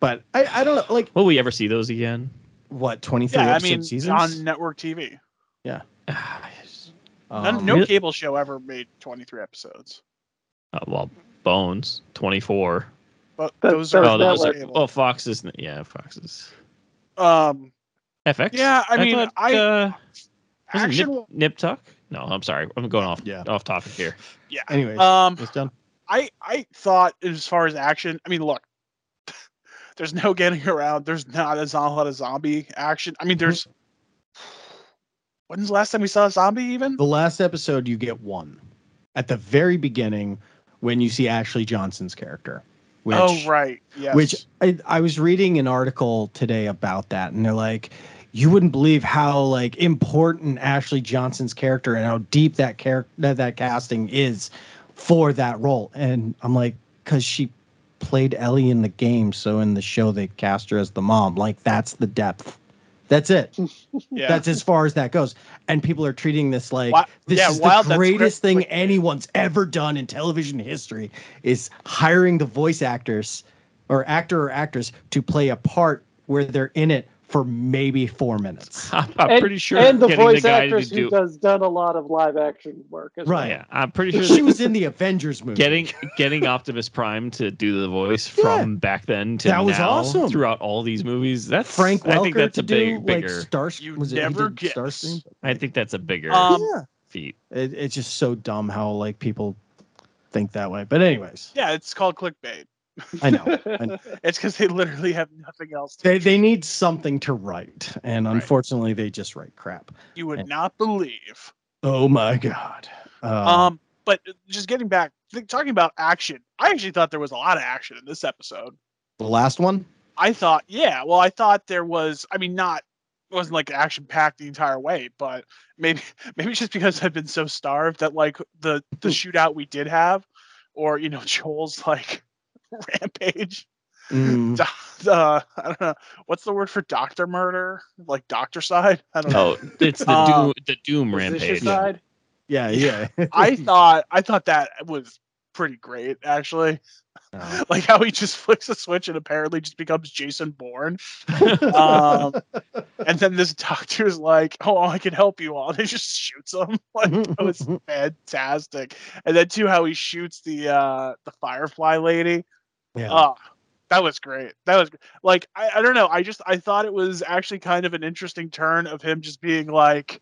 S7: but I, I don't know. Like
S6: Will we ever see those again?
S7: what twenty three
S9: yeah, I
S7: episode
S9: mean,
S7: seasons?
S9: on network TV,
S6: Ah,
S9: None,
S7: Um,
S9: no
S6: really-
S9: cable show ever made twenty three episodes.
S6: well, Bones twenty four.
S9: But
S8: That-
S9: those
S8: that
S9: are
S8: was
S6: Oh, those are
S8: network.
S6: oh Fox is yeah Fox is
S9: um
S6: FX.
S9: Yeah, I mean,
S6: thought,
S9: I-
S6: uh, was it
S9: action.
S6: Nip, Nip Tuck. No, I'm sorry, I'm going off
S7: Yeah.
S6: off topic here.
S7: Anyways,
S9: Um,
S7: it's done.
S9: I I thought as far as action, I mean, look, there's no getting around. There's not a zombie, lot of zombie action. I mean,
S7: Mm-hmm.
S9: there's. When's the last time we saw a zombie? Even
S7: The last episode, you get one at the very beginning when you see Ashley Johnson's character. Which,
S9: oh right, yes.
S7: Which I, I was reading an article today about that, and they're like, you wouldn't believe how like important Ashley Johnson's character and how deep that character that, that casting is for that role. And I'm like, because she played Ellie in the game, so in the show they cast her as the mom. Like that's the depth. That's it.
S9: Yeah.
S7: That's as far as that goes. And people are treating this like
S9: Wi-
S7: this
S9: yeah,
S7: is
S9: wild,
S7: the
S9: that's
S7: greatest
S9: great.
S7: thing anyone's ever done in television history is hiring the voice actors or actor or actress to play a part where they're in it for maybe four minutes.
S6: I'm, I'm
S8: And-
S6: pretty sure
S8: and the
S6: getting
S8: voice
S6: guy to
S8: actress who
S6: do-
S8: does done a lot of live action work. As
S7: Right.
S6: Yeah, I'm pretty sure
S7: She was in the Avengers movie.
S6: getting getting Optimus Prime to do the voice from back then to
S7: That was
S6: now
S7: awesome.
S6: throughout all these movies. That's
S7: Frank Welker
S6: I think that's
S7: to
S6: a big,
S7: do
S6: bigger.
S7: like Starstream.
S9: You
S7: was it he
S9: never
S7: did
S9: guess.
S7: Starscream?
S6: I think that's a bigger
S9: Um,
S7: yeah.
S6: feat.
S7: It, it's just so dumb how like people think that way. But anyways,
S9: Yeah, it's called clickbait.
S7: I know. I know.
S8: well.
S9: It's because they literally have nothing else. To
S7: They, they need something to write, and unfortunately, they just write crap.
S9: you would
S7: and-
S9: not believe.
S7: Oh my god! Uh,
S9: Um, but just getting back, th- talking about action, I actually thought there was a lot of action in this episode.
S7: the last one.
S9: I thought, yeah, well, I thought there was. I mean, not it wasn't like action packed the entire way, but maybe maybe just because I've been so starved that like the the shootout we did have, or you know Joel's like rampage.
S7: Mm,
S9: doc- Uh, I don't know what's the word for doctor murder, like doctor side. I don't know.
S6: Oh, it's the
S9: Um,
S6: doom, the Doom
S8: Is this
S6: rampage.
S8: your side?
S7: yeah, yeah.
S9: I thought I thought that was pretty great actually.
S7: No.
S9: Like how he just flicks a switch and apparently just becomes Jason Bourne. Um, and then this doctor's like, "Oh, I can help you all." And he just shoots him. Like that was fantastic. And then too, how he shoots the uh the Firefly lady.
S7: yeah.
S9: Oh, that was great. That was gr- like I, I don't know. I just I thought it was actually kind of an interesting turn of him just being like,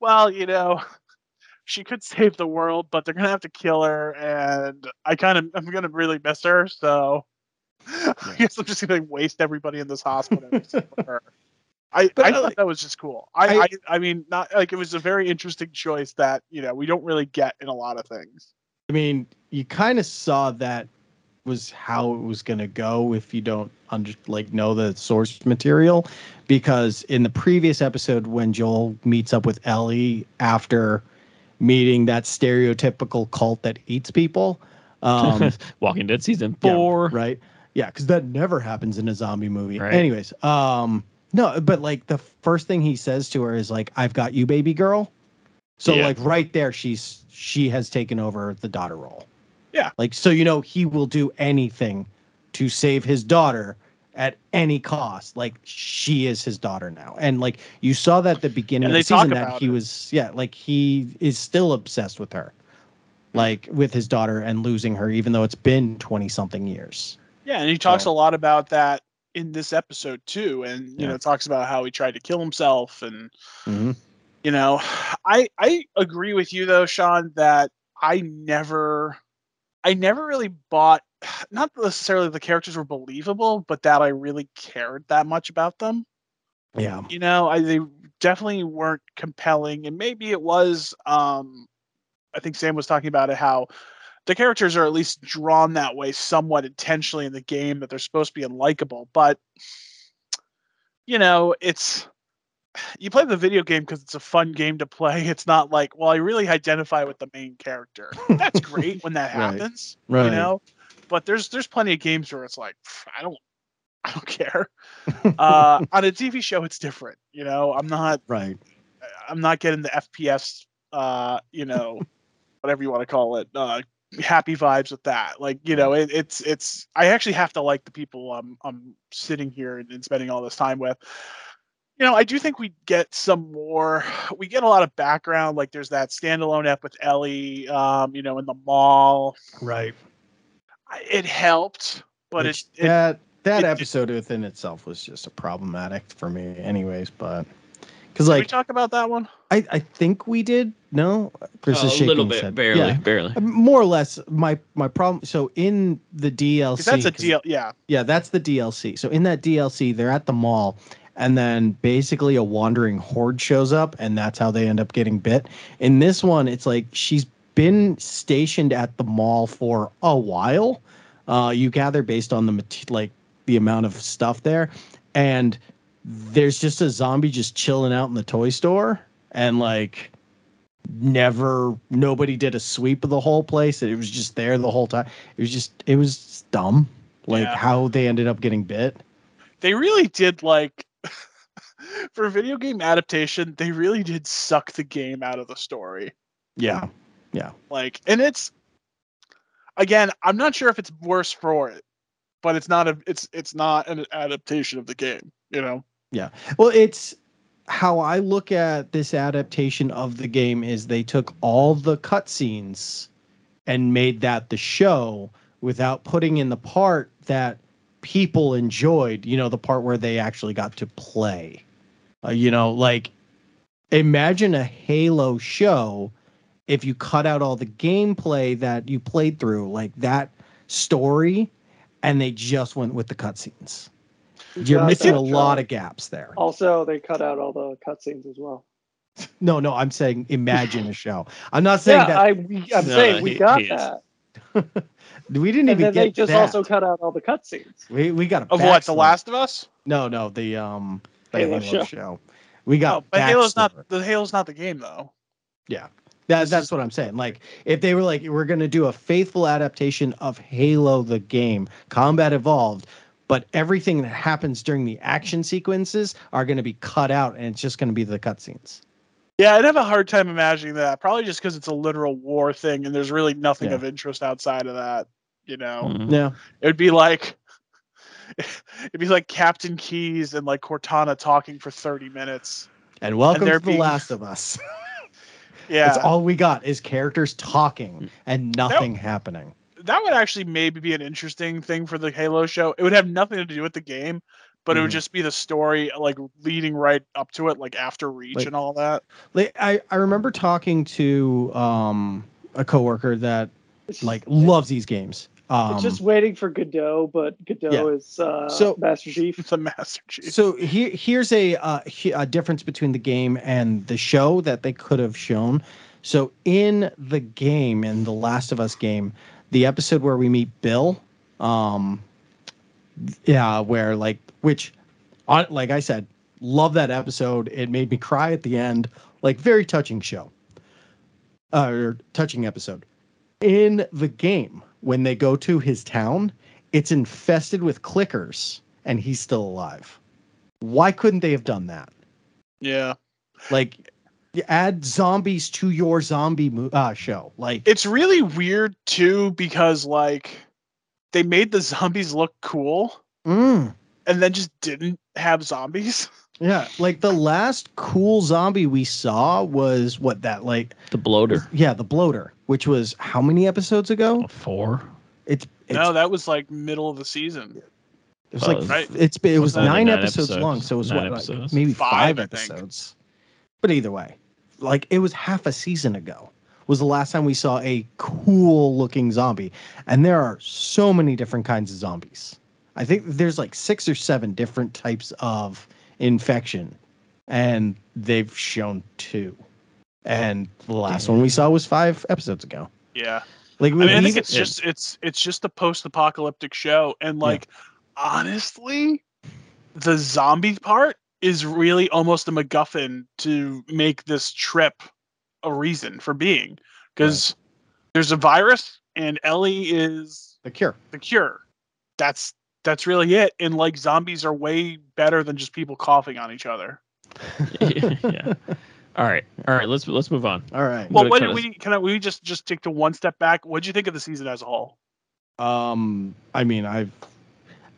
S9: well, you know, she could save the world, but they're gonna have to kill her, and I kind of I'm gonna really miss her, so I guess I'm just gonna waste everybody in this hospital except for her. I,
S7: But,
S9: I
S7: uh,
S9: thought that was just cool. I,
S7: I-
S9: I I mean, not like it was a very interesting choice that you know we don't really get in a lot of things.
S7: I mean, you kind of saw that was how it was going to go if you don't under, like know the source material because in the previous episode when Joel meets up with Ellie after meeting that stereotypical cult that eats people um
S6: Walking Dead season
S7: Yeah,
S6: four.
S7: right yeah cuz that never happens in a zombie movie
S6: Right.
S7: anyways um no but like the first thing he says to her is like I've got you baby girl so
S6: Yeah.
S7: like right there she's she has taken over the daughter role
S9: Yeah.
S7: like so you know he will do anything to save his daughter at any cost. Like she is his daughter now. And like you saw that at the beginning of
S9: And they
S7: the season
S9: talk
S7: that
S9: about
S7: he
S9: it.
S7: was yeah, like he is still obsessed with her. Like with his daughter and losing her, even though it's been twenty something years.
S9: Yeah, and he talks
S7: So-
S9: a lot about that in this episode too, and you
S7: Yeah.
S9: know talks about how he tried to kill himself, and
S7: Mhm.
S9: you know, I I agree with you though, Sean, that I never, I never really bought, not necessarily the characters were believable, but that I really cared that much about them.
S7: Yeah.
S9: You know, I they definitely weren't compelling, and maybe it was. um I think Sam was talking about it how the characters are at least drawn that way somewhat intentionally in the game that they're supposed to be unlikable but you know it's you play the video game because it's a fun game to play it's not like well i really identify with the main character that's great when that
S7: Right.
S9: happens
S7: Right.
S9: you know but there's there's plenty of games where it's like "Pff, i don't i don't care uh on a tv show it's different you know i'm not
S7: Right.
S9: I'm not getting the FPS, uh, you know, whatever you want to call it, uh, happy vibes with that. Like, you know, it, it's it's. I actually have to like the people I'm I'm sitting here and, and spending all this time with. You know, I do think we get some more. We get a lot of background. Like, there's that standalone app with Ellie, um, you know, in the mall.
S7: Right.
S9: I- It helped, but
S7: Which
S9: it's it,
S7: that that
S9: it-
S7: episode within itself was just a problematic for me anyways, but because
S9: did we
S7: like
S9: talk about that one?
S7: I, I think we did. No, Chris is shaking his head.
S6: barely,
S7: Yeah.
S6: barely.
S7: more or less my my problem so in the dlc
S9: Because that's a
S7: 'cause-
S9: deal. Yeah,
S7: yeah that's the dlc so in that dlc they're at the mall and then basically a wandering horde shows up and that's how they end up getting bit in this one it's like she's been stationed at the mall for a while uh, you gather based on the mate- like the amount of stuff there and there's just a zombie just chilling out in the toy store and like never nobody did a sweep of the whole place it was just there the whole time it was just it was dumb like
S9: Yeah.
S7: how they ended up getting bit
S9: They really did like for video game adaptation, they really did suck the game out of the story.
S7: yeah
S9: Like, and it's again, I'm not sure if it's worse for it, but it's not a it's it's not an adaptation of the game, you know.
S7: Well, it's how I look at this adaptation of the game is they took all the cutscenes and made that the show without putting in the part that people enjoyed, you know, the part where they actually got to play. Uh, you know, like imagine a Halo show if you cut out all the gameplay that you played through, like that story, and they just went with the cutscenes. You're
S8: Yeah,
S7: missing a
S8: that's
S7: lot
S8: right.
S7: of gaps there.
S8: Also, they cut out all the cutscenes as well.
S7: No, no, I'm saying imagine a show. I'm not saying
S8: yeah,
S7: that
S8: I, we, I'm
S6: No,
S8: saying
S6: no,
S8: we
S6: he-
S8: got
S6: he is.
S8: that,
S7: we didn't
S8: and
S7: even
S8: then
S7: get
S8: they just
S7: that.
S8: also cut out all the cutscenes.
S7: we we got a
S9: Of what, The
S7: backstory.
S9: Last of Us?
S7: No, no, the um the
S8: Halo
S7: Halo,
S8: show.
S7: show. We got
S9: Oh, but Halo's
S7: backstory.
S9: not the Halo's not the game though.
S7: That, that's what I'm saying. Like if they were like we're going to do a faithful adaptation of Halo the game, Combat Evolved, but everything that happens during the action sequences are going to be cut out and it's just going to be the cutscenes.
S9: Yeah, I'd have a hard time imagining that. Probably just because it's a literal war thing, and there's really nothing
S7: Yeah. Hmm.
S9: of interest outside of that. You know,
S6: Mm.
S7: Yeah.
S9: it would be like it'd be like Captain Keys and like Cortana talking for 30 minutes.
S7: And welcome
S9: they're
S7: to The
S9: being-
S7: Last of Us.
S9: Yeah,
S7: That's all we got is characters talking and nothing happening.
S9: that would actually maybe be an interesting thing for the Halo show. It would have nothing to do with the game, but it would
S7: Mhm.
S9: just be the story like leading right up to it, like after Reach
S7: Like-
S9: and all that.
S7: Like, I, I remember talking to um, a coworker that like loves these games. Um,
S8: It's just waiting for Godot, but Godot is uh,
S7: So-
S8: Master Chief.
S9: The Master Chief.
S7: so here here's a uh, he- a difference between the game and the show that they could have shown. So in the game, in the Last of Us game, the episode where we meet Bill, um, yeah, where like which, on, like I said, love that episode. It made me cry at the end. Like very touching show, uh, or touching episode. In the game, when they go to his town, it's infested with clickers, and he's still alive. Why couldn't they have done that?
S9: yeah,
S7: Like, you add zombies to your zombie mo- uh, show. Like,
S9: it's really weird too because like they made the zombies look cool
S7: mm,
S9: and then just didn't have zombies.
S7: yeah, like the last cool zombie we saw was what that like
S6: The bloater.
S7: Yeah, the bloater, which was how many episodes ago?
S6: Four.
S7: It's, it's
S9: no, that was like middle of the season.
S7: it was like
S6: was-
S7: f- it's been- it was
S6: Uh, Wasn't it
S7: nine,
S6: nine
S7: episodes,
S6: episodes?
S7: long, so it was
S6: Nine
S7: what like,
S6: episodes?
S7: maybe
S9: Five,
S7: five,
S9: I think.
S7: episodes. But either way, like it was half a season ago was the last time we saw a cool looking zombie, and there are so many different kinds of zombies. I think there's like six or seven different types of infection, and they've shown two. And the last one we saw was five episodes ago.
S9: Yeah.
S7: Like,
S9: I mean, I think
S7: even-
S9: it's just it's it's just a post-apocalyptic show, and
S7: Yeah.
S9: like honestly, the zombie part is really almost a MacGuffin to make this trip a reason for being, because there's a virus and Ellie is
S7: the cure.
S9: the cure. That's that's really it, and like zombies are way better than just people coughing on each other.
S6: yeah. All right. All right. Let's let's move on.
S7: All right.
S9: Well,
S6: gonna
S9: what
S6: cut
S9: did
S6: us-
S9: we can I, we just just take to one step back? What did you think of the season as a whole?
S7: Um, I mean, I've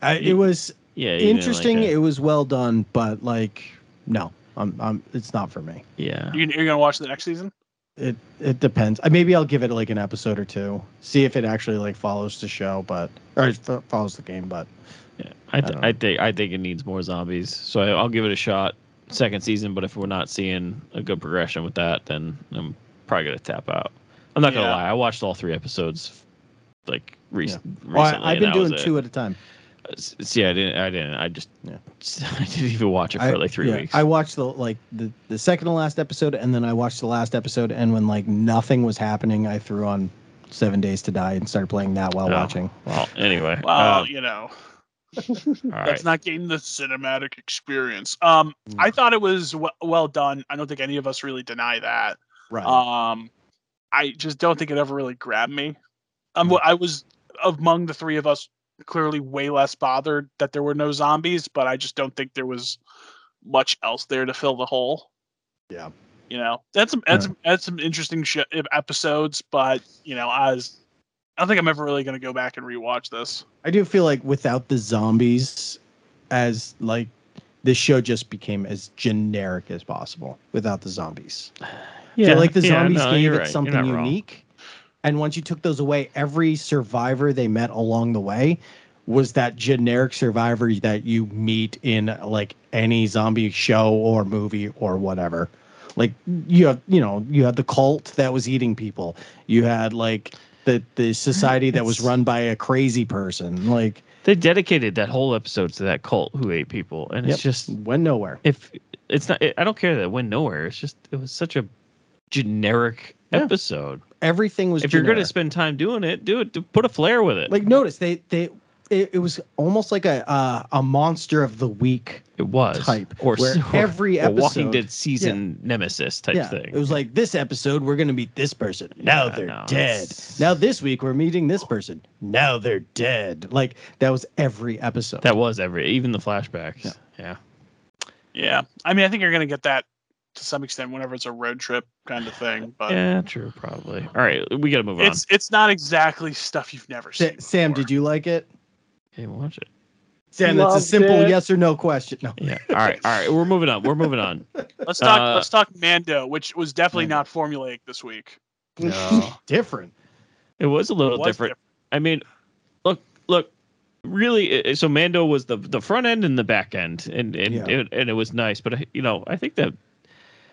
S7: I, it was
S6: Yeah. you didn't like
S7: interesting.
S6: that.
S7: it was well done, but like, no, I'm, I'm, it's not for me.
S6: yeah.
S9: You, you're gonna watch the next season?
S7: It, it depends. Uh, Maybe I'll give it like an episode or two, see if it actually like follows the show, but or it fo- follows the game. But
S6: Yeah, I, th-
S7: don't know.
S6: I think I think it needs more zombies. So I, I'll give it a shot second season. But if we're not seeing a good progression with that, then I'm probably gonna tap out. I'm not gonna
S9: Yeah.
S6: lie. I watched all three episodes like rec-
S7: Yeah.
S6: recently.
S7: Well, I, I've
S6: and
S7: been
S6: that was
S7: doing
S6: it.
S7: two at a time.
S6: S- See, I didn't. I didn't. I just.
S7: Yeah.
S6: I didn't even watch it for
S7: I-
S6: like three
S7: yeah,
S6: weeks.
S7: I watched the like the the second to last episode, and then I watched the last episode, and when like nothing was happening, I threw on Seven Days to Die and started playing that while
S6: Oh.
S7: watching.
S6: well, anyway.
S9: Well,
S6: um,
S9: you know.
S6: All right.
S9: That's not getting the cinematic experience. Um, I thought it was w- well done. I don't think any of us really deny that.
S6: Oh,
S7: Right.
S9: Um, I just don't think it ever really grabbed me. Um, wh- I was among the three of us clearly way less bothered that there were no zombies, but I just don't think there was much else there to fill the hole.
S7: Yeah.
S9: You know, that's some that's some, that's some interesting sh- episodes, but you know, I was I don't think I'm ever really gonna go back and rewatch this.
S7: I do feel like without the zombies, as like this show just became as generic as possible without the zombies. I feel like the zombies
S6: no,
S7: gave
S6: you're
S7: it
S6: right. You're
S7: something
S6: not wrong.
S7: unique. And once you took those away, every survivor they met along the way was that generic survivor that you meet in like any zombie show or movie or whatever. Like you have, you know, you had the cult that was eating people. You had like the the society that was
S6: It's-
S7: run by a crazy person. Like
S6: They dedicated that whole episode to that cult who ate people, and it's
S7: Yep.
S6: just
S7: went nowhere.
S6: if it's not. I don't care that it went nowhere. It's just it was such a generic
S7: Yeah.
S6: episode.
S7: Everything was
S6: If you're going to
S7: generic.
S6: spend time doing it, do it. Put a flair with it.
S7: like notice they they it, it was almost like a uh, a monster of the week
S6: it was
S7: type
S6: or,
S7: where
S6: or
S7: every
S6: a
S7: episode
S6: Walking Dead season nemesis type
S7: yeah,
S6: thing.
S7: It was like this episode we're gonna meet this person. Now
S6: Yeah,
S7: they're
S6: no,
S7: dead.
S6: it's-
S7: Now this week we're meeting this person. Now they're dead. Like that was every episode.
S6: that was every even the flashbacks.
S7: Yeah.
S6: yeah.
S9: Yeah. I mean I think you're gonna get that to some extent whenever it's a road trip kind of thing, but
S6: Yeah, true, probably. All right, we got to move
S9: it's it's not exactly stuff you've never
S7: Sa-
S9: seen.
S7: Sam, did you like it?
S6: on. Hey, watch it.
S7: Sam, that's a
S8: Loved
S7: simple
S8: it.
S7: yes or no question. No.
S6: Yeah. All right. All right. We're moving on. We're moving on.
S9: Let's talk.
S6: Uh,
S9: let's talk Mando, which was definitely not formulaic this week.
S7: Different.
S6: It was a
S9: It
S6: little
S9: was
S6: different. I mean, look, look. Really, uh, so Mando was the the front end and the back end, and and
S7: Yeah.
S6: it, and it was nice. But I- you know, I think that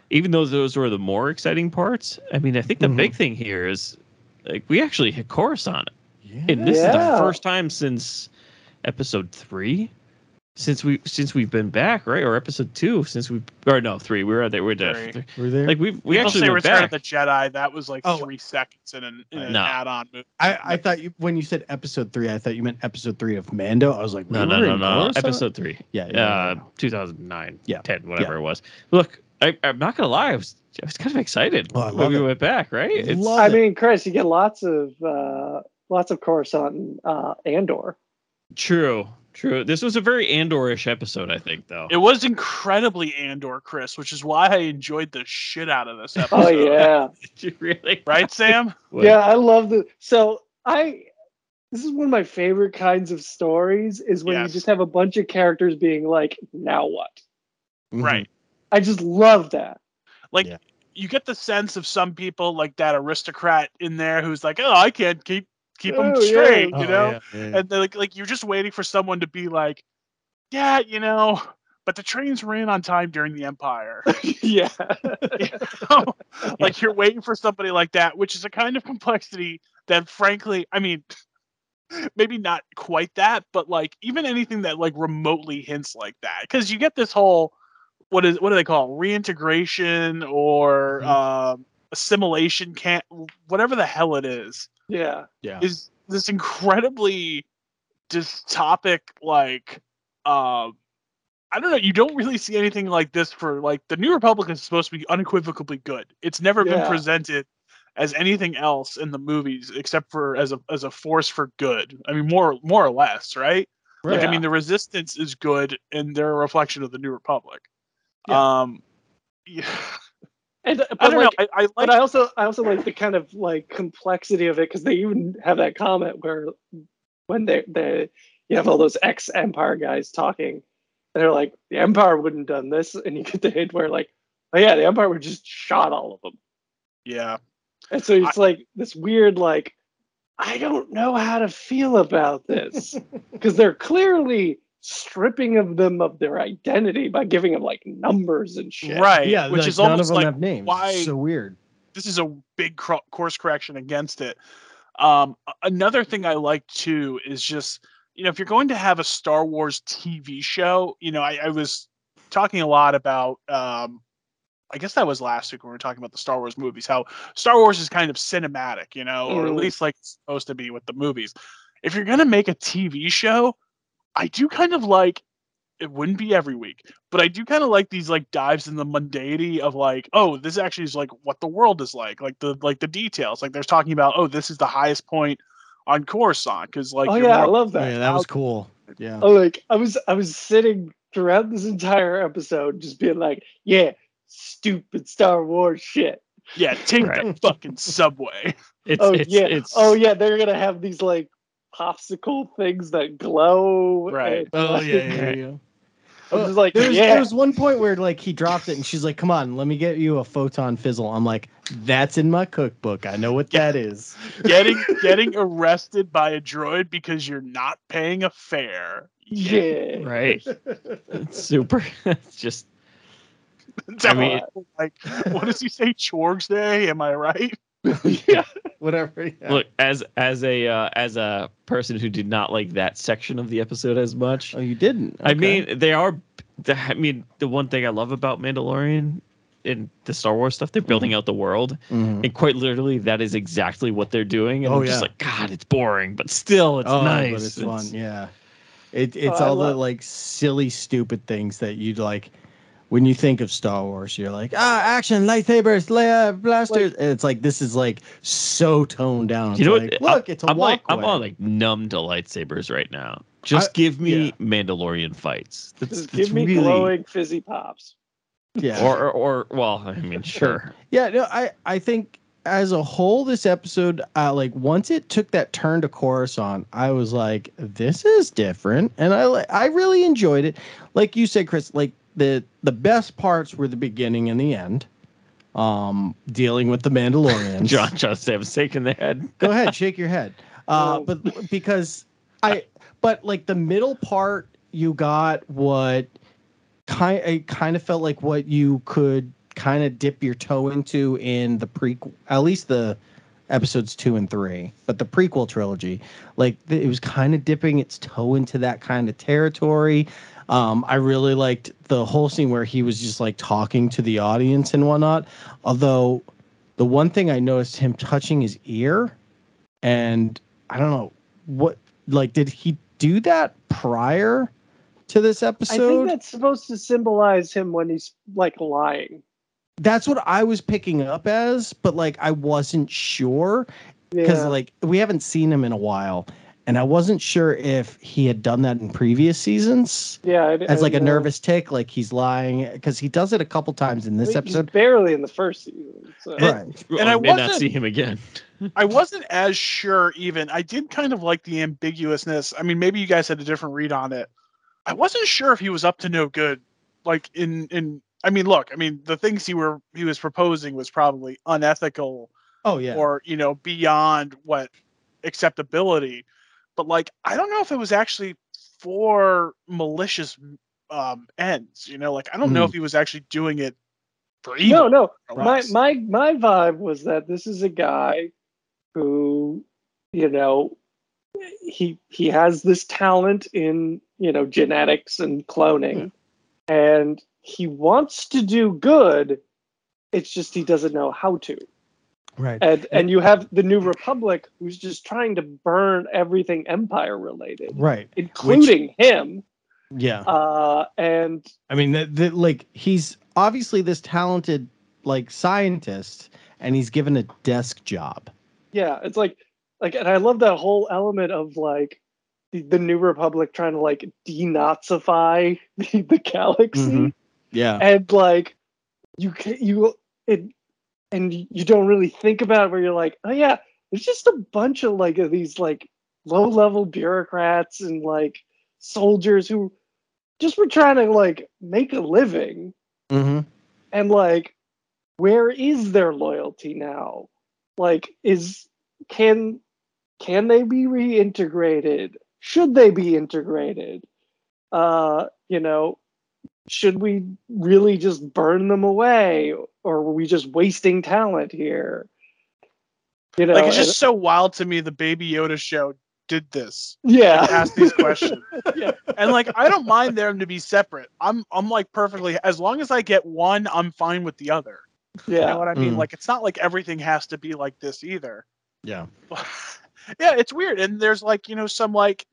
S6: even though those were the more exciting parts, I mean, I think the
S7: Mhm.
S6: big thing here is like we actually hit Coruscant,
S7: Yeah.
S6: and this is the
S8: Yeah.
S6: first time since episode three, since we since we've been back, right? Or episode two, since we or no three, we were at there, we we're
S9: Three.
S6: at
S7: Were there?
S6: like we we
S9: People
S6: actually
S9: say
S6: went
S9: Return
S6: back.
S9: of the Jedi. That was like
S7: Oh.
S9: three seconds in an, in an
S6: No.
S9: add-on movie.
S7: I, I thought you when you said episode three, I thought you meant episode three of Mando. I was like,
S6: No,
S7: we
S6: no,
S7: were
S6: no,
S7: in
S6: no, no.
S7: Coruscant?
S6: Episode three.
S7: Yeah, yeah,
S6: Uh,
S7: yeah, yeah.
S6: 2009,
S7: Yeah.
S6: 10, whatever it was. Look, I, I'm not going to lie. I was, I was kind of excited
S7: Oh, I
S6: when
S7: love
S6: we
S7: it.
S6: went back, right? It's,
S7: Love
S8: I
S7: it.
S8: mean, Chris, you get lots of uh, lots of Coruscant and uh, Andor.
S6: True, true. This was a very Andorish episode, I think, though.
S9: It was incredibly Andor, Chris, which is why I enjoyed the shit out of this episode.
S8: Oh yeah,
S6: really?
S9: Right, Sam?
S6: was.
S8: yeah. I love the. So I. This is one of my favorite kinds of stories. Is when
S9: Yes.
S8: you just have a bunch of characters being like, "Now what?"
S7: Mhm.
S9: Right.
S8: I just love that.
S9: Like
S7: Yeah.
S9: you get the sense of some people, like that aristocrat in there, who's like, "Oh, I can't keep keep them
S8: Oh, yeah.
S9: straight,"
S6: Oh,
S7: Mm-hmm.
S9: you know.
S6: yeah, yeah.
S9: and they're like like you're just waiting for someone to be like, yeah, you know, but the trains ran on time during the Empire.
S8: yeah.
S9: like you're waiting for somebody like that, which is a kind of complexity that, frankly, I mean, maybe not quite that, but like even anything that like remotely hints like that, because you get this whole what is what do they call it? reintegration or
S7: Mhm.
S9: um, assimilation can't whatever the hell it is
S8: Yeah.
S7: Yeah.
S9: is this incredibly dystopic like um I don't know. You don't really see anything like this for like the New Republic is supposed to be unequivocally good. It's never been
S8: Yeah.
S9: presented as anything else in the movies except for as a as a force for good. I mean, more more or less, right? Like,
S8: Yeah.
S9: I mean, the Resistance is good, and they're a reflection of the New Republic. Um, yeah.
S8: And but
S9: I don't
S8: like,
S9: know. I, I like
S8: but I also I also like the kind of like complexity of it because they even have that comment where when they they you have all those ex Empire guys talking, and they're like the Empire wouldn't done this, and you get the hint where like oh yeah the Empire would just shot all of them,
S9: yeah.
S8: and so it's like this weird like I don't know how to feel about this because they're clearly stripping of them of their identity by giving them like numbers and shit.
S9: Right.
S7: Yeah,
S9: which
S7: like,
S9: is
S7: none of
S9: almost
S7: them
S9: like
S7: have names.
S9: why-
S7: It's so weird.
S9: this is a big cro- course correction against it. Um, a- another thing I like too is just you know if you're going to have a Star Wars TV show, you know I, I was talking a lot about um, I guess that was last week when we were talking about the Star Wars movies, how Star Wars is kind of cinematic, you know, or at
S8: Mm.
S9: least like it's supposed to be with the movies. If you're gonna make a TV show, I do kind of like it wouldn't be every week, but I do kind of like these like dives in the mundanity of like, oh, this actually is like what the world is like, like the like the details. Like there's talking about, oh, this is the highest point on Coruscant because like
S8: oh
S9: you're
S8: yeah, I
S9: more-
S8: love
S7: Oh,
S8: that.
S7: yeah, that was
S9: out-
S7: cool. Yeah.
S8: Oh, like I was I was sitting throughout this entire episode just being like, yeah, stupid Star Wars shit.
S9: yeah, take
S6: Right.
S9: that fucking subway.
S6: It's,
S8: oh
S6: it's,
S8: yeah.
S6: it's,
S8: Oh yeah, they're gonna have these like popsicle things that glow.
S9: Right.
S8: and,
S7: Oh
S8: like,
S7: yeah, yeah, yeah.
S8: I'm just like,
S7: There was,
S8: yeah.
S7: there was one point where like he dropped it, and she's like, "Come on, let me get you a photon fizzle." I'm like, "That's in my cookbook. I know what that is."
S9: Getting getting arrested by a droid because you're not paying a fare.
S8: yeah.
S6: right. It's super. it's just, I mean,
S9: like what does he say? Chorgs day, am I right?
S8: yeah.
S7: Whatever. yeah.
S6: look as as a uh, as a person who did not like that section of the episode as much.
S7: Oh, you didn't.
S6: I
S7: Okay.
S6: mean, they are. I mean, the one thing I love about Mandalorian and the Star Wars stuff, they're building out the world,
S7: Mhm.
S6: and quite literally, that is exactly what they're doing. And
S7: Oh,
S6: I'm just
S7: yeah.
S6: like, God, it's boring, but still, it's
S7: oh,
S6: nice.
S7: But it's
S6: It's-
S7: fun. Yeah. It, it's
S8: I
S7: all
S8: love-
S7: the like silly, stupid things that you'd like. When you think of Star Wars, you're like, ah, action, lightsabers, Leia, blasters. and it's like, this is like so toned down. It's
S6: You know
S7: like,
S6: what?
S7: look, it's a
S6: I'm like,
S7: walkway.
S6: I'm all like numb to lightsabers right now. Just give me
S7: yeah.
S6: Mandalorian fights. That's,
S8: Just
S6: that's
S8: give me
S6: really,
S8: glowing fizzy pops.
S7: yeah.
S6: Or, or, or, well, I mean, sure.
S7: Yeah, no, I I think as a whole, this episode, uh, like once it took that turn to Coruscant, I was like, this is different, and I li- I really enjoyed it. Like you said, Chris, like the the best parts were the beginning and the end. Um, dealing with the Mandalorians.
S6: John, John Sam sick in the head.
S7: go ahead, shake your head. Uh,
S8: No.
S7: but because I, but like the middle part, you got what kind. It kind of felt like what you could kind of dip your toe into in the prequel, at least the episodes two and three, but the prequel trilogy. Like th- it was kind of dipping its toe into that kind of territory. Um, I really liked the whole scene where he was just like talking to the audience and whatnot. Although the one thing I noticed him touching his ear, and I don't know what like did he do that prior to this
S8: I think
S7: episode?
S8: that's supposed to symbolize him when he's like lying.
S7: That's what I was picking up as, but like I wasn't sure because
S8: Yeah.
S7: like we haven't seen him in a while, and I wasn't sure if he had done that in previous seasons
S8: yeah. I,
S7: as
S8: I
S7: like a
S8: know.
S7: nervous tick, like he's lying because he does it a couple times in this
S8: He's
S7: episode.
S8: barely in the first season. So.
S7: Right.
S6: And
S9: I
S6: I may not
S9: wasn't-
S6: see him again.
S9: I wasn't as sure even. I did kind of like the ambiguousness. I mean, maybe you guys had a different read on it. I wasn't sure if he was up to no good. Like in in I mean, look, I mean, the things he were he was proposing was probably unethical
S7: Oh yeah.
S9: or, you know, beyond what acceptability. But like I don't know if it was actually for malicious um ends, you know, like I don't know
S7: Mhm.
S9: if he was actually doing it for
S8: Hmm. No,
S9: evil.
S8: no.
S9: or
S8: My
S9: else.
S8: my my vibe was that this is a guy who, you know, he he has this talent in you know genetics and cloning, and he wants to do good. It's just he doesn't know how to.
S7: right.
S8: And and you have the New Republic who's just trying to burn everything Empire related,
S7: Right.
S8: including him.
S7: Yeah.
S8: Uh, and
S7: I mean, the, the, like he's obviously this talented like scientist, and he's given a desk job.
S8: yeah it's like like and i love that whole element of like the, the new republic trying to like denazify the, the galaxy
S7: Mhm. Yeah.
S8: and like you can you it and you don't really think about it where you're like oh yeah there's just a bunch of like of these like low level bureaucrats and like soldiers who just were trying to like make a living
S7: Mm-hmm.
S8: and like where is their loyalty now like is can can they be reintegrated should they be integrated uh you know should we really just burn them away or are we just wasting talent here you know
S9: like it's
S8: and-
S9: just so wild to me the baby Yoda show did this.
S8: yeah
S9: ask these questions.
S8: Yeah.
S9: And like I don't mind them to be separate. I'm I'm like perfectly as long as I get one, I'm fine with the other. You know
S8: yeah
S9: what I mean?
S7: Mm.
S9: Like it's not like everything has to be like this either.
S7: Yeah.
S9: yeah, it's weird. And there's like, you know, some like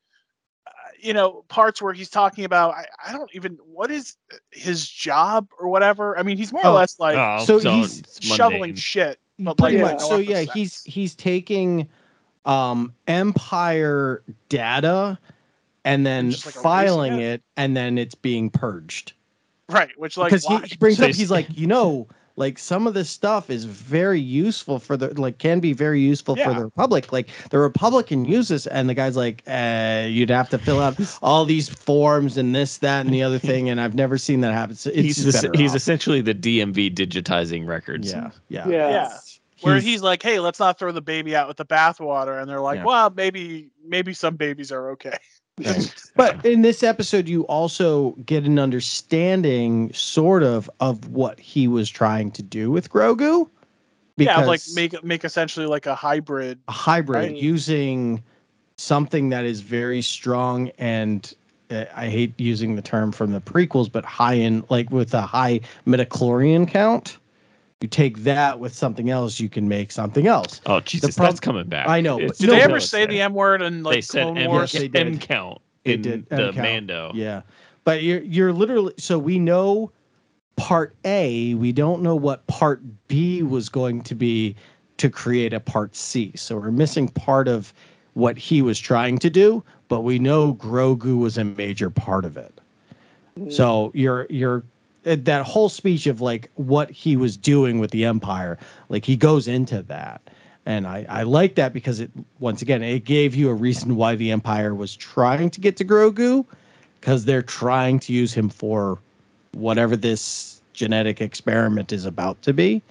S9: uh, you know parts where he's talking about I, I don't even what is his job or whatever. I mean, he's more
S7: Oh.
S9: or less like
S6: Oh,
S7: so
S6: it's
S7: he's
S6: mundane.
S9: shoveling shit. But like,
S7: pretty
S8: yeah,
S7: much. So yeah,
S9: he's.
S7: he's he's taking um empire data and then
S9: And just, like, erasing
S7: filing
S9: it?
S7: it and then it's being purged.
S9: Right, which like
S7: because
S9: why?
S7: he, he brings up
S6: Basically.
S7: he's like you know like some of this stuff is very useful for the like can be very useful for
S9: Yeah.
S7: the republic like the republican uses and the guy's like uh you'd have to fill out all these forms and this that and the other thing and i've never seen that happen so it's
S6: he's
S7: just
S6: es-
S7: better
S6: he's
S7: off.
S6: essentially the DMV digitizing records.
S7: yeah yeah
S8: Yeah.
S9: where he's, like, hey, let's not throw the baby out with the bathwater, and they're like,
S7: Yeah.
S9: well, maybe maybe some babies are okay.
S7: Right. but in this episode you also get an understanding sort of of what he was trying to do with grogu
S9: yeah, like
S7: because-
S9: make make essentially like a hybrid.
S7: a hybrid
S9: Right.
S7: using something that is very strong and uh, I hate using the term from the prequels, but high in like with a high metachlorian count. You take that with something else, you can make something else.
S6: Oh Jesus,
S7: prob-
S6: that's coming back.
S7: I know, but
S6: It's
S9: Did
S7: no,
S9: they
S6: still
S9: ever
S6: it's
S9: say
S6: there.
S9: the M word in like
S6: they said
S9: Clone
S6: M,
S9: Wars?
S7: Yes, they did.
S6: M count
S7: They
S6: in
S7: did, M
S6: the
S7: count.
S6: Mando.
S7: Yeah. But you're you're literally so we know part A, we don't know what part B was going to be to create a part C. So we're missing part of what he was trying to do, but we know Grogu was a major part of it. So you're you're uh, that whole speech of like what he was doing with the empire, like he goes into that. And I, I like that because it once again it gave you a reason why the Empire was trying to get to Grogu, because they're trying to use him for whatever this genetic experiment is about to be.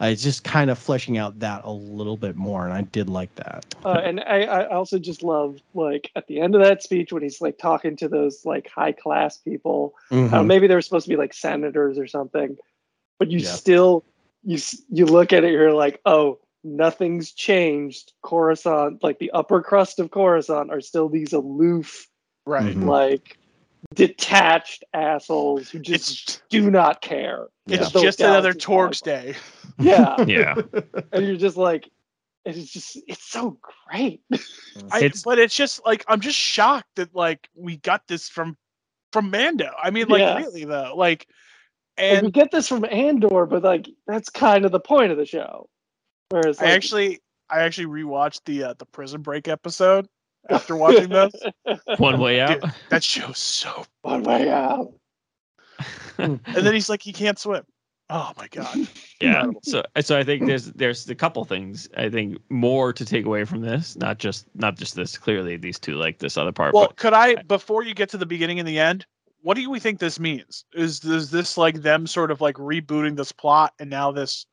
S7: Uh, it's just kind of fleshing out that a little bit more, and I did like that.
S8: Uh, and I, I also just love like at the end of that speech when he's like talking to those like high class people.
S9: Hmm.
S8: Uh, maybe they were supposed to be like senators or something, but you
S7: Yeah.
S8: still you s- you look at it, you're like, oh, nothing's changed. Coruscant, like the upper crust of Coruscant, are still these aloof,
S9: Right.
S8: Mm-hmm.
S7: Mhm.
S8: like detached assholes who just
S9: It's
S8: do not care.
S9: it's
S8: Yeah.
S9: just another
S8: Those guys
S9: Torx
S8: are
S9: day.
S8: Yeah,
S6: Yeah.
S8: and you're just like, it's just it's so great.
S9: I,
S6: It's-
S9: but it's just like I'm just shocked that like we got this from from Mando. I mean, like
S8: Yeah.
S9: really though, like
S8: And
S9: and
S8: we get this from Andor, but like that's kind of the point of the show. Whereas
S9: I
S8: like,
S9: actually I actually rewatched the uh, the Prison Break episode after watching this.
S6: One way out.
S9: That show's so.
S8: one way out.
S9: And then he's like, he can't swim. Oh my god.
S6: yeah. So so I think there's there's a couple things I think more to take away from this, not just not just this. Clearly, these two like this other part.
S9: Well,
S6: but
S9: could I before you get to the beginning and the end? What do we think this means? Is is this like them sort of like rebooting this plot and now this?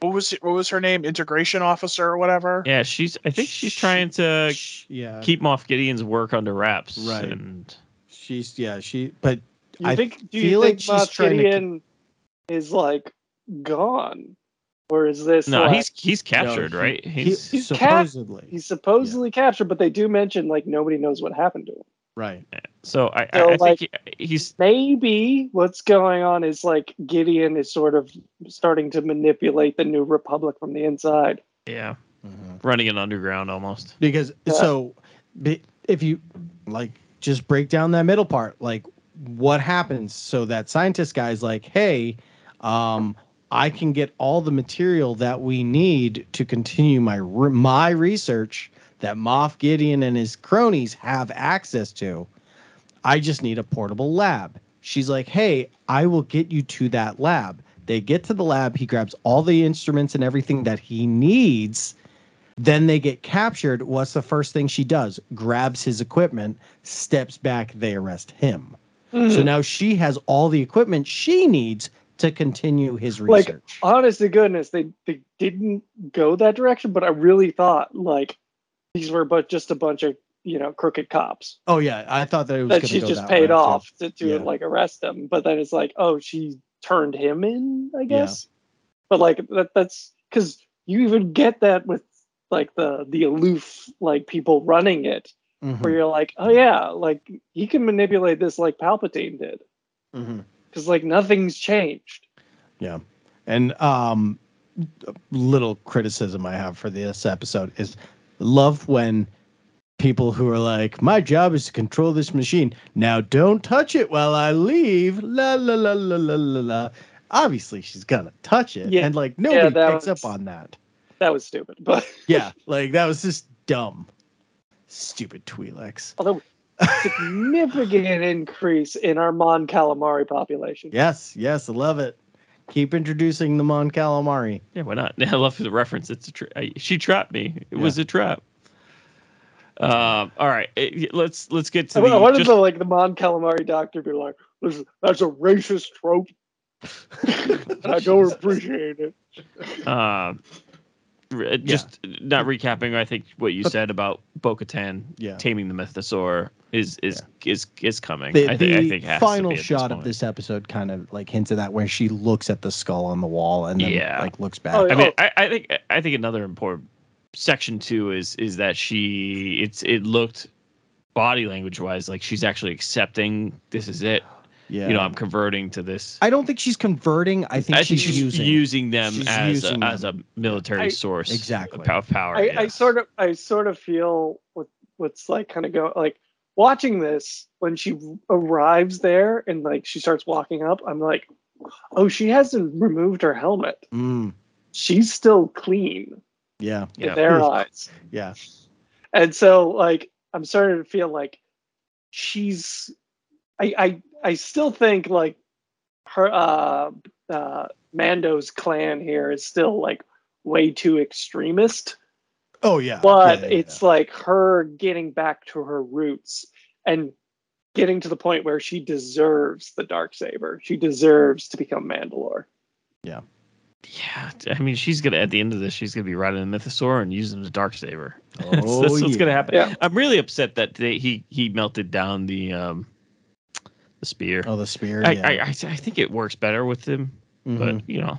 S9: What was what was her name? Integration officer or whatever.
S6: yeah, she's. I think she's trying to
S7: yeah,
S6: keep Moff Gideon's work under wraps.
S7: Right.
S6: And
S7: she's yeah she, but
S8: You
S7: I
S8: think do you
S7: feel
S8: think
S7: like she's
S8: Moff
S7: trying to
S8: Gideon is like gone, or is this?
S6: no,
S8: like-
S6: he's he's captured,
S7: No, he-
S6: right?
S7: he-
S6: He's
S8: He's cat-
S7: supposedly
S8: he's supposedly captured, but they do mention like nobody knows what happened to him.
S7: right.
S6: so I, I,
S8: So,
S6: I
S8: like-
S6: think he, he's
S8: Maybe what's going on is like Gideon is sort of starting to manipulate the New Republic from the inside.
S6: yeah
S7: Mm-hmm.
S6: running an underground almost.
S7: because
S8: Yeah.
S7: so be- if you like just break down that middle part like what happens so that scientist guy's like hey um i can get all the material that we need to continue my re- my research that moff gideon and his cronies have access to i just need a portable lab she's like hey i will get you to that lab they get to the lab he grabs all the instruments and everything that he needs then they get captured. What's the first thing she does? Grabs his equipment, steps back, they arrest him. So
S8: Hmm.
S7: now she has all the equipment she needs to continue his
S8: Like-
S7: research.
S8: honest to goodness, they they didn't go that direction, but I really thought like these were but just a bunch of you know crooked cops
S7: oh yeah, I thought that it was
S8: that
S7: gonna
S8: she
S7: go
S8: just
S7: that way,
S8: paid
S7: too.
S8: off to, to
S7: Yeah.
S8: like arrest them. But then it's like, oh, she turned him in, I guess. But like that that's because you even get that with like the the aloof like people running it,
S7: Mhm,
S8: where you're like, oh yeah, like he can manipulate this like Palpatine did,
S7: mhm.
S8: because like nothing's changed.
S7: And um, little criticism I have for this episode is love when people who are like, my job is to control this machine. Now don't touch it while I leave. La la la la la la la. Obviously, she's gonna touch it,
S8: Yeah.
S7: and like nobody
S8: that
S7: picks
S8: was-
S7: up on that.
S8: That was stupid. But
S7: Yeah, like that was just dumb, stupid Twi'lex.
S8: although significant increase in our Mon Calamari population.
S7: Yes, yes, I love it. Keep introducing the Mon Calamari.
S6: Yeah, why not? I love the reference. It's a tra- I, she trapped me. It was a trap. Um, all right, eh, let's let's get to
S8: I,
S6: the.
S8: I wanted
S6: just-
S8: the like the Mon Calamari doctor to be like, "Listen, that's a racist trope. and I don't appreciate it.
S6: um, re- just not recapping. I think what you said about Bo-Katan
S7: Yeah.
S6: taming the Mythosaur is is is is coming.
S7: The,
S6: I, think I
S7: the
S6: think has to
S7: final
S6: be at
S7: shot of
S6: point.
S7: this episode kind of like hints at that, where she looks at the skull on the wall and then
S6: Yeah.
S7: like looks back.
S8: Oh,
S6: I mean, I, I think I think another important section too is is that she it's it looked body language wise like she's actually accepting this is it.
S7: yeah,
S6: You know, I'm converting to this.
S7: I don't think she's converting. I think
S6: I
S7: she's, using.
S6: them
S7: she's
S6: as
S7: using
S6: a, as a military
S8: I-
S6: source
S7: Exactly.
S6: of pow- power.
S8: I, I
S6: yes.
S8: sort of I sort of feel what what's like kind of go like watching this when she arrives there and like she starts walking up. I'm like, oh, she hasn't removed her helmet.
S7: Mm,
S8: She's still clean
S7: yeah,
S6: Yeah.
S8: in their
S7: Oof.
S8: eyes.
S7: yeah,
S8: And so like I'm starting to feel like she's I I, I still think like her uh uh Mando's clan here is still like way too extremist.
S7: oh yeah.
S8: But
S7: Yeah, yeah,
S8: it's like her getting back to her roots and getting to the point where she deserves the dark saber. She deserves to become Mandalore.
S6: Yeah, I mean, she's gonna at the end of this, she's gonna be riding the Mythosaur and using the dark saber.
S7: yeah.
S6: That's-
S7: oh,
S6: that's what's gonna
S7: yeah.
S6: happen.
S8: Yeah.
S6: I'm really upset that they, he he melted down the um the spear.
S7: Oh, the spear.
S6: I,
S7: yeah.
S6: I, I I think it works better with him,
S7: Mhm.
S6: but you know,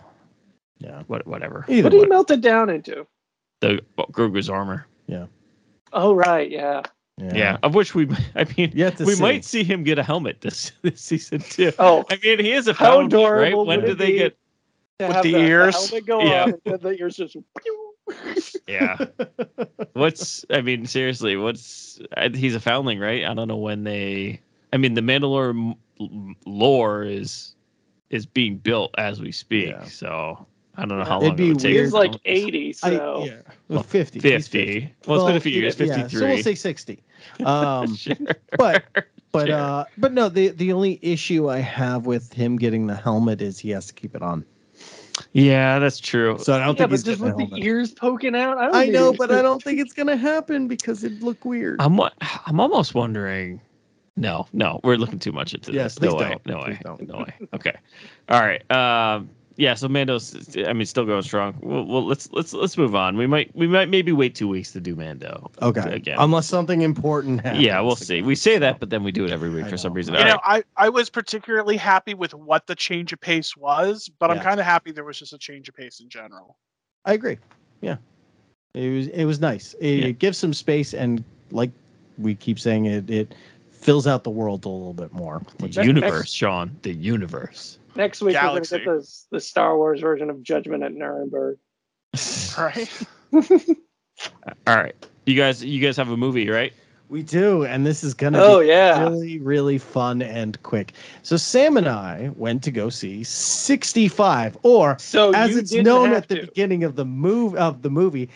S7: Yeah.
S6: what whatever.
S7: Either
S8: What did he
S7: way.
S8: melt it down into?
S6: The well, Grogu's armor.
S8: Oh right, yeah.
S6: Yeah. of which we I mean
S7: Yet to
S6: we
S7: see.
S6: might see him get a helmet this this season too.
S8: Oh,
S6: I mean, he is a
S8: How
S6: pound, right?
S8: adorable
S6: When
S8: would
S6: do
S8: it
S6: they
S8: be?
S6: get?
S8: to
S9: With
S8: have
S9: the
S8: the,
S9: ears?
S8: The helmet go
S6: Yeah.
S8: on, and then the ears just. pew.
S6: Yeah. what's I mean seriously? What's I, he's a foundling, right? I don't know when they. I mean, the Mandalore m- lore is is being built as we speak,
S7: Yeah. Uh,
S6: so I don't know
S8: Yeah.
S6: how long
S7: It'd be
S6: it would take.
S7: weird.
S8: He's
S6: for
S8: like
S6: them.
S8: eighty,
S7: I-
S8: so
S7: yeah. Well, 50.
S6: fifty.
S7: he's 50.
S6: Well, it's been a few
S8: Well,
S6: years.
S7: Yeah,
S6: Fifty-three.
S7: so we'll say 60. Um,
S6: Sure.
S7: but but
S6: Sure.
S7: uh but no, the the only issue I have with him getting the helmet is he has to keep it on.
S6: yeah, that's true.
S7: So I don't
S8: yeah,
S7: think
S8: but
S7: he's
S8: just
S7: getting
S8: with
S7: the
S8: the
S7: helmet.
S8: ears poking out, I, don't
S7: I know,
S8: need-
S7: but I don't think it's gonna happen because it'd look weird.
S6: I'm wa- I'm almost wondering. No, no, we're looking too much into
S7: Yes,
S6: this. No
S7: please
S6: way,
S7: don't.
S6: no
S7: Please
S6: way,
S7: don't.
S6: no way. Okay, all right. Um, yeah, so Mando's. I mean, still going strong. Well, well, let's let's let's move on. We might we might maybe wait two weeks to do Mando.
S7: okay.
S6: again.
S7: Unless something important happens.
S6: yeah, we'll see. We say that, but then we do it every week
S7: I
S6: for some
S7: know.
S6: reason.
S9: You
S6: All
S9: know,
S6: right.
S9: I, I was particularly happy with what the change of pace was, but I'm
S7: Yeah.
S9: kind of happy there was just a change of pace in general.
S7: I agree. Yeah. It was it was nice. It,
S6: Yeah.
S7: it gives some space and like we keep saying it it fills out the world a little bit more. which
S6: The
S8: Next-
S6: universe,
S8: next-
S6: Sean. The universe.
S8: Next week
S9: Galaxy.
S8: we're gonna get the the Star Wars version of Judgment at Nuremberg.
S9: Right?
S6: all right, you guys. You guys have a movie, right?
S7: we do, and this is gonna be
S8: Oh yeah,
S7: really, really fun and quick. So Sam and I went to go see 65, or
S8: so
S7: as
S8: Oh, you
S7: it's
S8: didn't
S7: known
S8: have
S7: at the
S8: to.
S7: beginning of the move of the movie,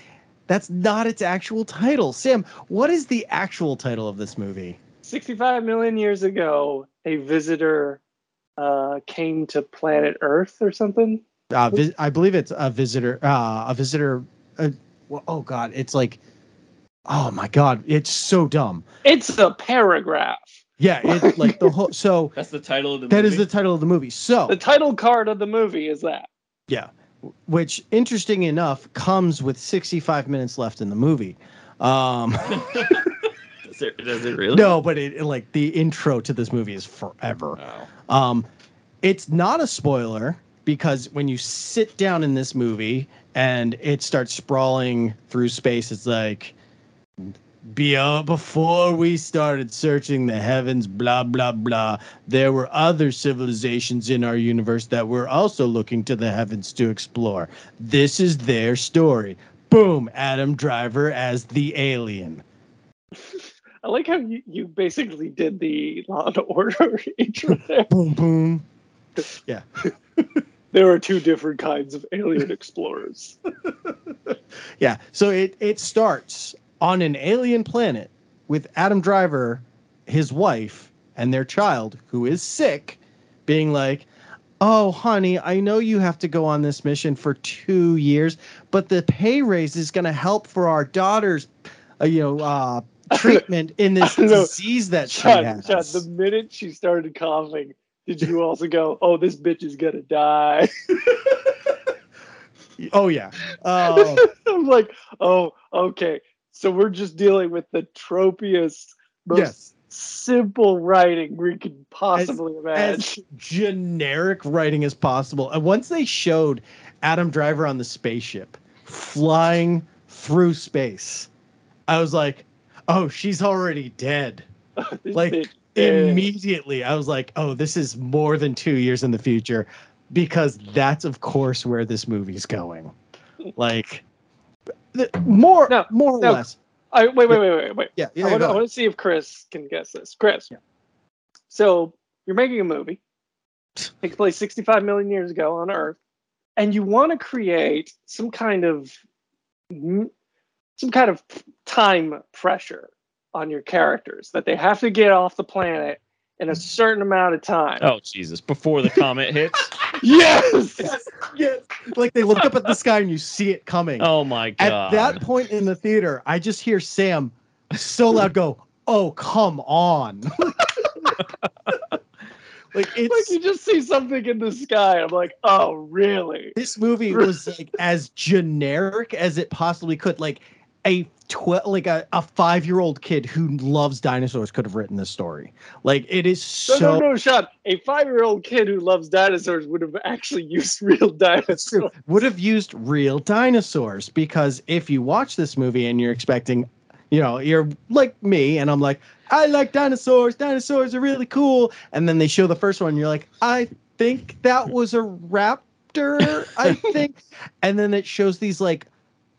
S7: that's not its actual title. Sam, what is the actual title of this movie?
S8: Sixty-five million years ago, a visitor uh, came to planet Earth or something.
S7: Uh, vis- I believe it's a visitor. Uh, a visitor. Uh, well, oh God, it's like, oh my God, it's so dumb.
S8: It's a paragraph.
S7: Yeah, it's like the whole. So
S6: That's the title of the.
S7: that is the title of the movie. So
S8: The title card of the movie is that.
S7: which interesting enough comes with 65 minutes left in the movie um
S6: Does it, does it really?
S7: no but it, it, like the intro to this movie is forever um it's not a spoiler because when you sit down in this movie and it starts sprawling through space it's like beyond before we started searching the heavens blah blah blah there were other civilizations in our universe that were also looking to the heavens to explore this is their story boom adam driver as the alien
S8: I like how you, you basically did the Law and Order intro there.
S7: Boom, boom. Yeah.
S8: There are two different kinds of alien explorers.
S7: Yeah. So it, it starts on an alien planet with Adam Driver, his wife, and their child, who is sick, being like, Oh, honey, I know you have to go on this mission for two years, but the pay raise is going to help for our daughter's, uh, you know, uh, treatment in this
S8: I know.
S7: disease that she
S8: Chad,
S7: has.
S8: Chad, the minute she started coughing, did you also go, "Oh, this bitch is gonna die"?
S7: Oh, yeah. Uh,
S8: I'm like, "Oh, okay." So we're just dealing with the tropiest, most
S7: yes.
S8: simple writing we could possibly imagine.
S7: as generic writing as possible. And once they showed Adam Driver on the spaceship flying through space, I was like, oh, she's already dead.
S8: This
S7: like,
S8: bitch is-
S7: Immediately, I was like, oh, this is more than two years in the future because that's, of course, where this movie's going. Like, th- more,
S8: No,
S7: more or
S8: no.
S7: less.
S8: I, wait, wait, wait, wait, wait.
S7: Yeah.
S8: I
S7: yeah
S8: want,
S7: go
S8: I
S7: ahead.
S8: want to see if Chris can guess this. Chris,
S7: Yeah.
S8: so you're making a movie. Takes place 65 million years ago on Earth, and you want to create some kind of some kind of time pressure on your characters that they have to get off the planet in
S7: Mm-hmm.
S8: a certain amount of time.
S6: Oh Jesus! Before the comet hits.
S8: Yes.
S7: Yes. Like, they look up at the sky and you see it coming.
S6: Oh my
S7: At
S6: God!
S7: that point in the theater, I just hear Sam so loud go, "Oh, come on!" like
S8: Like
S7: it's
S8: you just see something in the sky. I'm like, oh, really?
S7: this movie was like as generic as it possibly could. Like a twelve, like a, a five year old kid who loves dinosaurs could have written this story. Like it is
S8: No,
S7: so.
S8: no, no, Sean. A five-year-old kid who loves dinosaurs would have actually used real
S7: That's true.
S8: dinosaurs.
S7: Would have used real dinosaurs because if you watch this movie and you're expecting, you know, you're like me and I'm like, I like dinosaurs. Dinosaurs are really cool. And then they show the first one, and you're like, I think that was a raptor. I think. and then it shows these like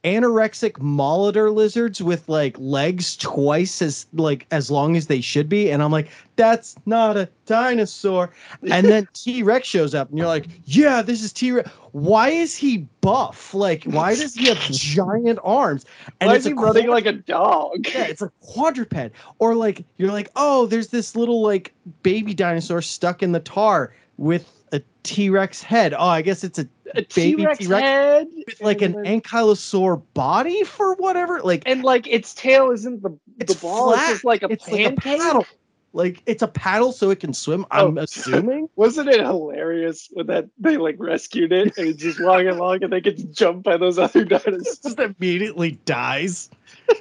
S7: anorexic molitor lizards with like legs twice as like as long as they should be and i'm like that's not a dinosaur and then t-rex shows up and you're like yeah this is t-rex why is he buff like why does he have giant arms and
S8: Why
S7: it's
S8: is he
S7: a
S8: running
S7: quad-
S8: like a dog?
S7: yeah, it's a quadruped. Or like you're like, oh, there's this little like baby dinosaur stuck in the tar with a T Rex head. Oh, I guess it's a
S8: a
S7: baby
S8: T-Rex,
S7: T-Rex
S8: head,
S7: bit like an
S8: and,
S7: ankylosaur body for whatever. Like
S8: and like its tail isn't the
S7: It's
S8: the ball. It's just like a
S7: it's like a
S8: pancake.
S7: paddle. Like it's a paddle so it can swim. I'm
S8: Oh.
S7: assuming.
S8: Wasn't it hilarious when that they like rescued it and it's just walking along and they gets jumped by those other dinosaurs?
S7: Just immediately dies.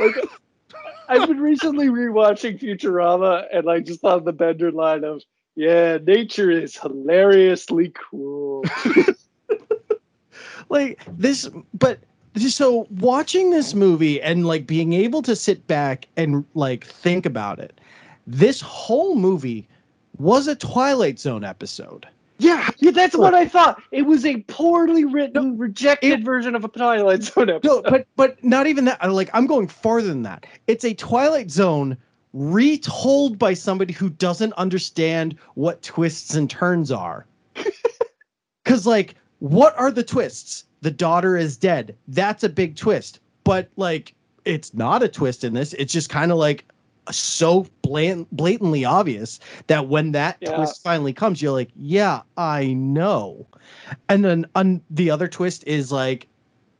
S8: Like, I've been recently rewatching Futurama and I just thought of the Bender line of "Yeah, nature is hilariously cruel."
S7: like this but so watching this movie and like being able to sit back and like think about it this whole movie was a twilight zone episode
S8: yeah, yeah, that's what I thought. It was a poorly written, rejected version of a Twilight Zone episode.
S7: no but but not even that I- like i'm going farther than that it's a twilight zone retold by somebody who doesn't understand what twists and turns are because like what are the twists the daughter is dead that's a big twist but like it's not a twist in this it's just kind of like so bland, blatantly obvious that when that
S8: Yeah.
S7: twist finally comes you're like yeah i know and then un- the other twist is like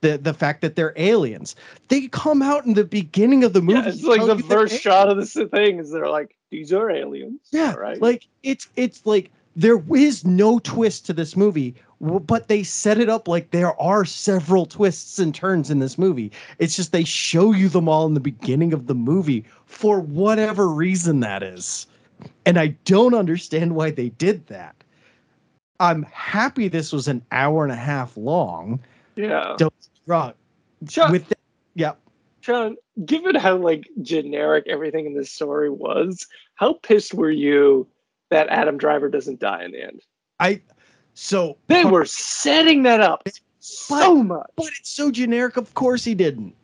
S7: the, the fact that they're aliens they come out in the beginning of the movie
S8: Yeah, it's
S7: and
S8: like
S7: tell
S8: the
S7: you they're
S8: first shot of this thing is they're like, these are aliens.
S7: Yeah,
S8: Right.
S7: like it's it's like there is no twist to this movie w- but they set it up like there are several twists and turns in this movie it's just they show you them all in the beginning of the movie for whatever reason that is and i don't understand why they did that i'm happy this was an hour and a half long
S8: yeah.
S7: Right,
S8: Sean,
S7: with the, yeah
S8: Sean, given how like generic everything in this story was, how pissed were you that Adam Driver doesn't die in the end?
S7: i so
S8: They were setting that up so much.
S7: but it's so generic of course he didn't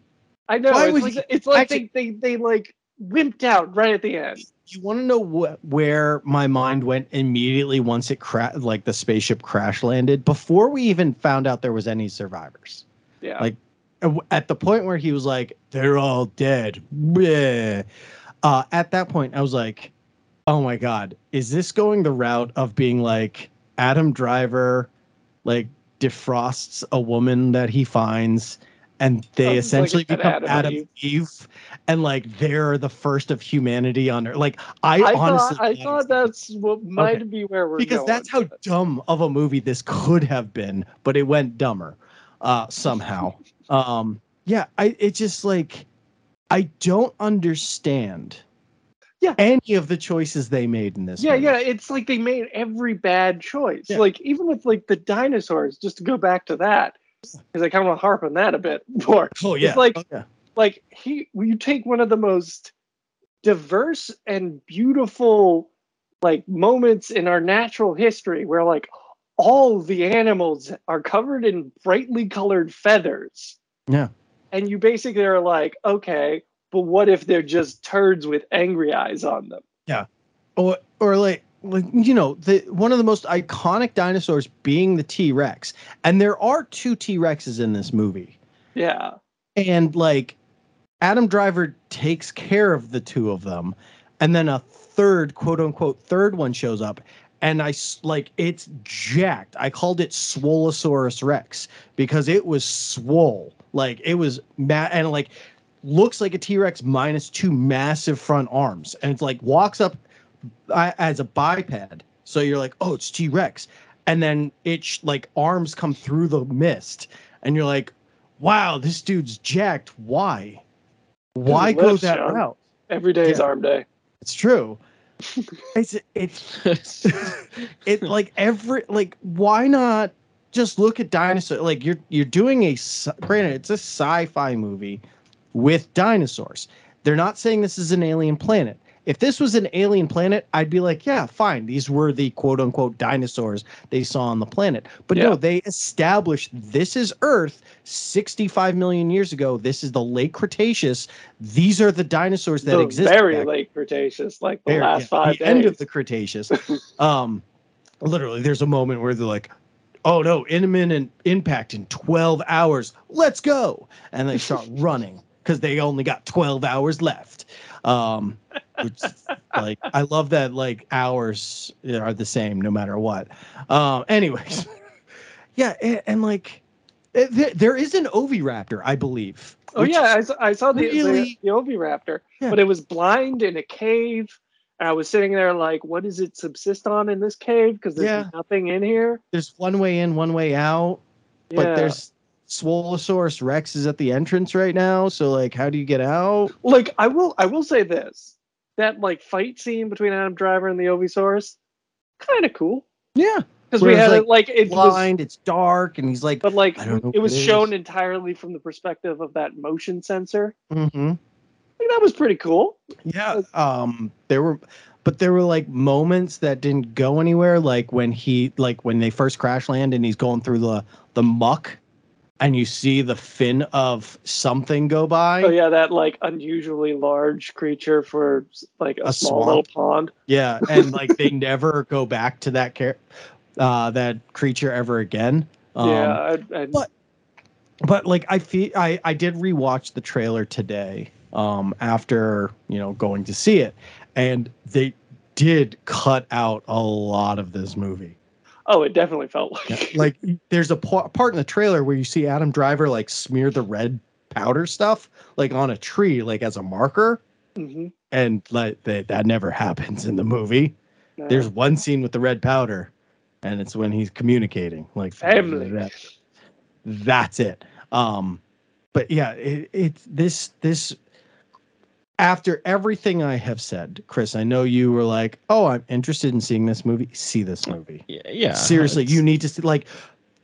S8: I know.
S7: Why
S8: It's
S7: was
S8: like,
S7: he-
S8: it's like
S7: actually-
S8: they, they, they like wimped out right at the end.
S7: You want to know wh- where my mind went immediately once it cra- like the spaceship crash landed before we even found out there was any survivors.
S8: Yeah.
S7: Like- And w- At the point where he was like, "They're all dead," bleh, uh, at that point, I was like, "Oh my god, is this going the route of being like Adam Driver, like defrosts a woman that he finds?" And they
S8: Sounds like
S7: essentially
S8: an
S7: become
S8: Adam
S7: Adam,
S8: and
S7: Eve.
S8: Eve.
S7: and like they're the first of humanity on Earth. Like I,
S8: I
S7: honestly,
S8: thought I
S7: it was
S8: thought
S7: like-
S8: that's what might
S7: Okay.
S8: be where we're
S7: because
S8: going
S7: that's how
S8: with it.
S7: dumb of a movie this could have been, but it went dumber uh, somehow. um, yeah, I it's just like I don't understand
S8: Yeah.
S7: any of the choices they made in this.
S8: Yeah,
S7: movie.
S8: yeah. It's like they made every bad choice.
S7: Yeah.
S8: Like even with like the dinosaurs, just to go back to that, because I kind of want to harp on that a bit more.
S7: Oh yeah,
S8: like-
S7: Oh, yeah.
S8: like he you take one of the most diverse and beautiful like moments in our natural history where like all the animals are covered in brightly colored feathers
S7: Yeah.
S8: and you basically are like okay but what if they're just turds with angry eyes on them
S7: or or like like, you know the one of the most iconic dinosaurs being the T Rex, and there are two T Rexes in this movie.
S8: yeah
S7: and like Adam Driver takes care of the two of them, and then a third quote unquote third one shows up, and I s- like it's jacked. I called it Swolosaurus Rex because it was swole, like it was mad, and like looks like a T Rex minus two massive front arms, and it's like walks up uh, as a biped, so you're like, oh, it's T Rex, and then it sh- like arms come through the mist, and you're like wow, this dude's jacked. Why? Why go
S8: lifts,
S7: that
S8: John.
S7: route?
S8: every day is
S7: Yeah.
S8: arm day
S7: It's true. It's it's it like every like why not just look at dinosaur like you're you're doing a sci- granted it's a sci-fi movie with dinosaurs. They're not saying this is an alien planet. If this was an alien planet, I'd be like, yeah, fine. These were the quote unquote dinosaurs they saw on the planet. But no,
S8: Yeah.
S7: they established this is Earth 65 million years ago. This is the late Cretaceous. These are the dinosaurs that
S8: the
S7: exist.
S8: very
S7: back
S8: late cretaceous like the
S7: there,
S8: last
S7: yeah,
S8: five
S7: the
S8: days
S7: end of the Cretaceous. um, literally, there's a moment where they're like, "Oh no, imminent impact in 12 hours. Let's go!" And they start running because they only got 12 hours left. Um, which, like, I love that like hours are the same no matter what. Um, anyways, yeah, and, and like. it- there- there is an oviraptor, I believe.
S8: Oh
S7: which
S8: yeah,
S7: is-
S8: I s- I, saw the
S7: really-
S8: the, the Oviraptor,
S7: Yeah.
S8: but it was blind in a cave, and I was sitting there like, what does it subsist on in this cave? Because there's
S7: Yeah.
S8: nothing in here.
S7: there's one way in, one way out.
S8: Yeah.
S7: but there's Swolosaurus Rex is at the entrance right now. So like, how do you get out?
S8: like I will I will say this that like fight scene between Adam Driver and the Ovisaurus, kind of cool
S7: Yeah,
S8: because we
S7: Whereas,
S8: had it like it was,
S7: blind. it's dark, and he's like,
S8: but like
S7: I don't know
S8: it
S7: what
S8: was
S7: it is.
S8: shown entirely from the perspective of that motion sensor.
S7: mm-hmm.
S8: Like, that was pretty cool.
S7: yeah. Um, there were, but there were like moments that didn't go anywhere. Like when he, like when they first crash land, and he's going through the the muck, and you see the fin of something go by.
S8: Oh yeah, that like unusually large creature for like a,
S7: A
S8: small
S7: swamp.
S8: little pond.
S7: Yeah, and like they never go back to that care, uh, that creature ever again. Um,
S8: yeah, I, I,
S7: but- but like I feel I I did rewatch the trailer today um after you know going to see it and they did cut out a lot of this movie
S8: oh, it definitely felt like.
S7: Yeah, like there's a pa- part in the trailer where you see Adam Driver like smear the red powder stuff like on a tree like as a marker
S8: Mhm.
S7: and like that that never happens in the movie
S8: No.
S7: there's one scene with the red powder and it's when he's communicating like
S8: Family.
S7: that- that's it um but yeah it, it's this this after everything i have said chris i know you were like oh i'm interested in seeing this movie see this movie
S6: yeah, yeah.
S7: seriously
S6: it's-
S7: you need to see like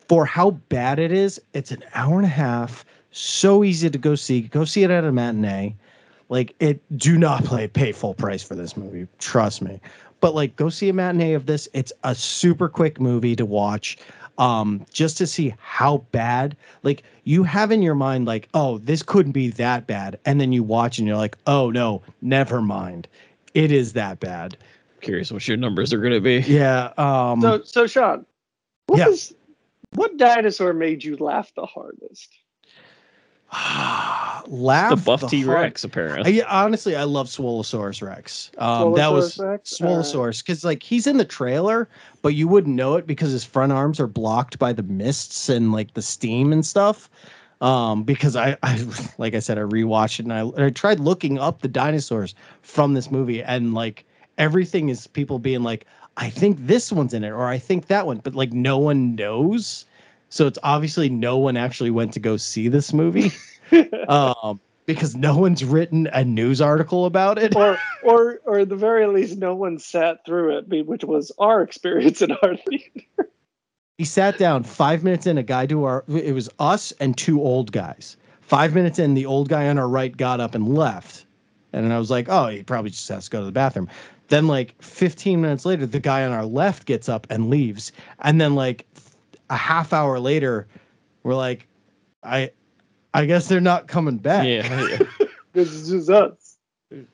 S7: for how bad it is it's an hour and a half so easy to go see go see it at a matinee like it do not play pay full price for this movie trust me but like go see a matinee of this it's a super quick movie to watch um just to see how bad like you have in your mind like oh this couldn't be that bad and then you watch and you're like oh no never mind it is that bad
S6: Curious what your numbers are going to be.
S7: yeah um
S8: So, so Sean, what
S7: Yeah.
S8: was what dinosaur made you laugh the hardest?
S7: laugh
S6: the buff
S7: hard-
S6: T Rex,
S7: I,
S6: apparently.
S7: yeah, honestly, I love Swolosaurus Rex. Um, that was
S8: Swolosaurus Rex?
S7: Swolosaurus because like he's in the trailer, but you wouldn't know it because his front arms are blocked by the mists and like the steam and stuff. Um, because I, I like I said, I rewatched it and I, and I tried looking up the dinosaurs from this movie and like everything is people being like, I think this one's in it or I think that one, but like no one knows. So it's obviously no one actually went to go see this movie um, because no one's written a news article about it.
S8: or, or, or at the very least, no one sat through it, be- which was our experience in our theater.
S7: He sat down five minutes in. A guy to our it was us and two old guys. Five minutes in, the old guy on our right got up and left, and then I was like, "Oh, he probably just has to go to the bathroom." Then, like 15 minutes later, the guy on our left gets up and leaves, and then like a half hour later, we're like, "I, I guess they're not coming back."
S6: yeah. yeah.
S8: This is just us.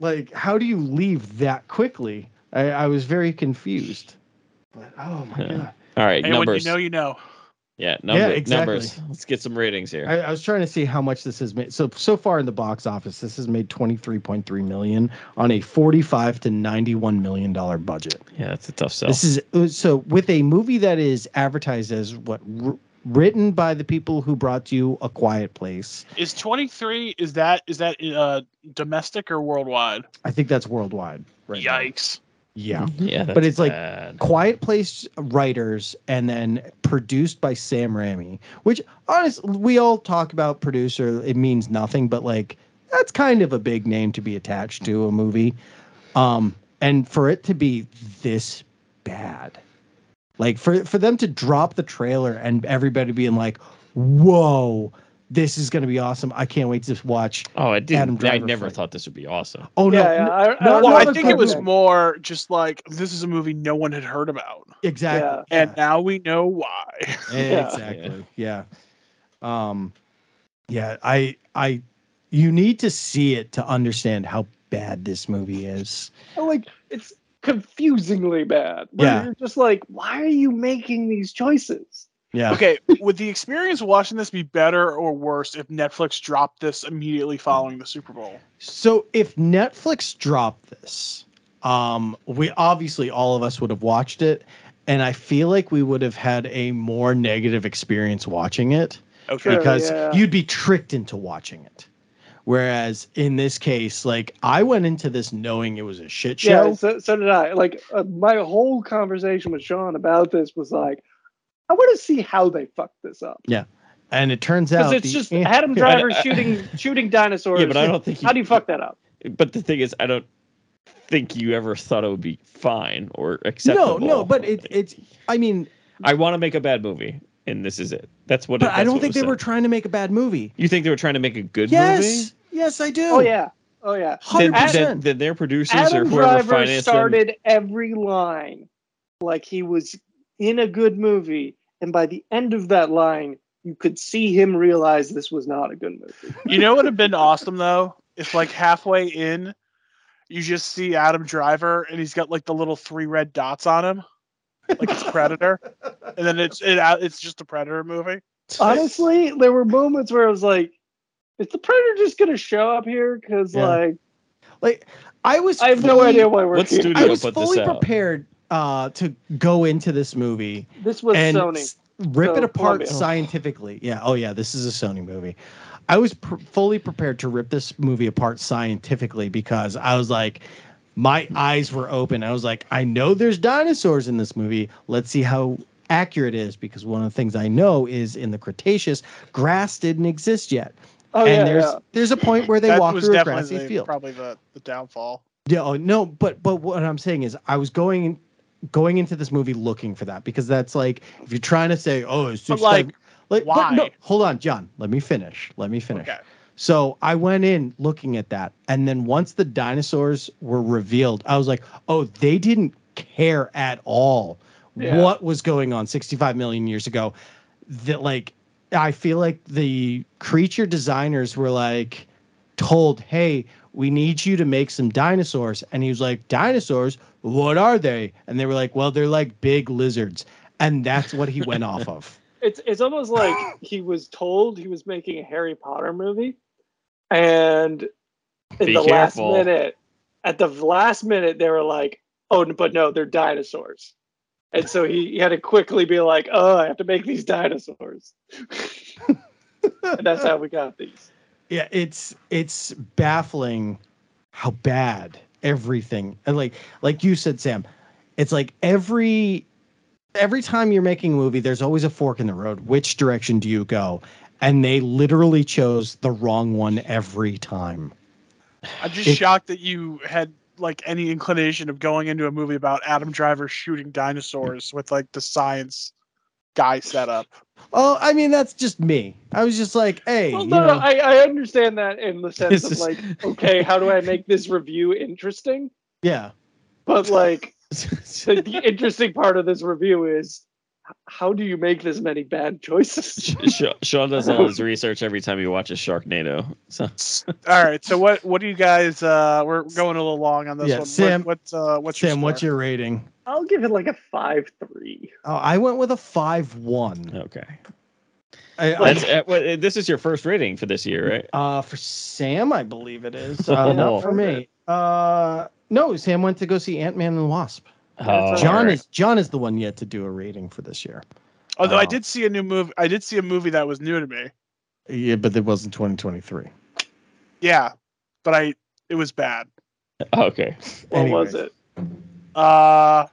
S7: like how do you leave that quickly i, I was very confused but oh my
S6: Yeah.
S7: god
S6: All right,
S9: And when you
S6: numbers.
S9: know, you know.
S6: yeah, number,
S7: exactly.
S6: numbers. Let's get some ratings here.
S7: I, I was trying to see how much this has made so so far in the box office this has made 23.3 million on a 45 to 91 million dollar budget
S6: yeah, that's a tough sell.
S7: this is uh, so with a movie that is advertised as what wr- written by the people who brought you a quiet place
S9: Is 23 is that is that uh domestic or worldwide?
S7: i think that's worldwide right now.
S9: Yikes.
S7: yeah
S6: yeah,
S7: but
S6: that's
S7: it's like-
S6: bad.
S7: Quiet Place writers and then produced by Sam Raimi, which honestly, we all talk about producer, it means nothing, but like that's kind of a big name to be attached to a movie. Um, and for it to be this bad, like for, for them to drop the trailer and everybody being like, whoa, this is going to be awesome. I can't wait to watch.
S6: Oh, I
S7: Adam
S6: didn't. I
S7: Driver
S6: never
S7: fight.
S6: thought this would be awesome.
S7: Oh, no.
S8: yeah, yeah.
S7: no,
S8: I, I,
S7: no,
S8: don't
S9: Well,
S8: know
S9: I
S8: if
S9: think it was
S8: okay.
S9: more just like this is a movie no one had heard about.
S7: exactly.
S9: And now we know why.
S8: Yeah.
S7: Exactly. Yeah. Um yeah, I I you need to see it to understand how bad this movie is.
S8: Oh, like it's confusingly bad. Where
S7: Yeah.
S8: you're just like, why are you making these choices?
S7: Yeah.
S9: Okay, would the experience watching this be better or worse if Netflix dropped this immediately following the Super Bowl?
S7: So if Netflix dropped this, um we obviously all of us would have watched it and I feel like we would have had a more negative experience watching it.
S9: Okay.
S8: Sure,
S7: because
S8: yeah.
S7: you'd be tricked into watching it. Whereas in this case, like I went into this knowing it was a shit show.
S8: Yeah, so, so did I. Like uh, my whole conversation with Sean about this was like, I want to see how they fucked this up
S7: And it turns
S8: because
S7: out
S8: it's
S7: the
S8: just
S7: an-
S8: Adam
S6: I-
S8: Driver
S6: I-
S8: shooting shooting dinosaurs.
S6: Yeah, but I don't think.
S8: How do you fuck that up?
S6: But the thing is, I don't think you ever thought it would be fine or
S7: no,
S6: acceptable.
S7: no. But it, it's. I mean,
S6: I want to make a bad movie, and this is it. That's what.
S7: but
S6: it-
S7: I
S6: that's
S7: don't
S6: what
S7: think
S6: was
S7: they
S6: said.
S7: were trying to make a bad movie.
S6: You think they were trying to make a good
S7: Yes, yes, I do.
S8: Oh yeah, oh yeah.
S6: movie? Then,
S7: hundred
S6: then,
S7: percent.
S6: then their producers or
S8: Adam
S6: whoever
S8: Driver
S6: financed them-
S8: started every line like he was in a good movie, and by the end of that line, you could see him realize this was not a good movie.
S9: You know what would have been awesome though? If like halfway in, you just see Adam Driver and he's got like the little three red dots on him, like it's Predator, and then it's it out- it's just a Predator movie.
S8: Honestly, there were moments where I was like, "Is the predator just gonna show up here?" Because
S7: Yeah.
S8: like,
S7: Like I was.
S8: I have no
S7: fully-
S8: idea why we're
S6: What
S8: here.
S6: studio
S7: I was
S6: put
S7: fully
S6: this out?
S7: prepared uh, to go into this movie
S8: This was
S7: and
S8: Sony.
S7: s- rip it
S8: So,
S7: apart
S8: Columbia. Oh.
S7: scientifically. Yeah. Oh yeah, this is a Sony movie. I was pr- fully prepared to rip this movie apart scientifically because I was like, my eyes were open. I was like, I know there's dinosaurs in this movie. Let's see how accurate it is because one of the things I know is in the Cretaceous, grass didn't exist yet.
S8: Oh
S7: and
S8: yeah,
S7: there's
S8: yeah.
S7: there's a point where they
S9: that
S7: walk
S9: was
S7: through a
S9: definitely
S7: grassy
S9: the-
S7: field.
S9: probably the, the downfall.
S7: Yeah, oh, no, but but what I'm saying is I was going going into this movie looking for that because that's like if you're trying to say, oh, it's
S9: But,
S7: just like,
S9: like,
S7: like but
S9: why?
S7: no, hold on, John. Let me finish. Let me finish.
S9: Okay.
S7: So I went in looking at that, and then once the dinosaurs were revealed, I was like, oh, they didn't care at all
S8: Yeah.
S7: what was going on 65 million years ago that like I feel like the creature designers were like told, "Hey, we need you to make some dinosaurs." And he was like, "Dinosaurs? What are they?" And they were like, "Well, they're like big lizards." And that's what he went off of.
S8: It's it's almost like he was told he was making a Harry Potter movie, and in
S6: Be
S8: the
S6: careful.
S8: last minute, at the last minute, they were like, "Oh, but no, they're dinosaurs," and so he, he had to quickly be like, "Oh, I have to make these dinosaurs," and that's how we got these.
S7: yeah it's it's baffling how bad everything and like like you said sam it's like every every time you're making a movie there's always a fork in the road which direction do you go and they literally chose the wrong one every time
S9: I'm just
S7: It-
S9: shocked that you had like any inclination of going into a movie about Adam Driver shooting dinosaurs with like the science guy setup.
S7: oh i mean that's just me i was just like hey
S8: Well,
S7: you
S8: no,
S7: know,
S8: I, I understand that in the sense
S6: This
S8: of
S6: is-
S8: like, okay, how do I make this review interesting?
S7: yeah
S8: But like, the, the interesting part of this review is h- how do you make this many bad choices?
S6: Sh- Sean does all his research every time he watches Sharknado. So
S9: All right, so what what do you guys? Uh, we're going a little long on this
S7: Yeah,
S9: one. What-
S7: Sam-
S9: what's uh, what's
S7: sam
S9: your score?
S7: what's your rating
S8: I'll give it like a five three.
S7: oh i went with a 5-1
S6: okay,
S7: I- I-
S6: that's uh, what- this is your first rating for this year, right?
S7: Uh, for Sam, I believe it is. Uh, not for me. Uh, no, Sam went to go see Ant Man and the Wasp.
S6: Oh,
S7: John
S6: alright.
S7: is John is the one yet to do a rating for this year.
S9: Although I
S7: Oh.
S9: did see a new movie. I did see a movie that was new to me.
S7: Yeah, but it wasn't 2023.
S9: Yeah, but I it was bad.
S6: okay.
S8: What
S7: Anyway.
S8: was it?
S9: Uh,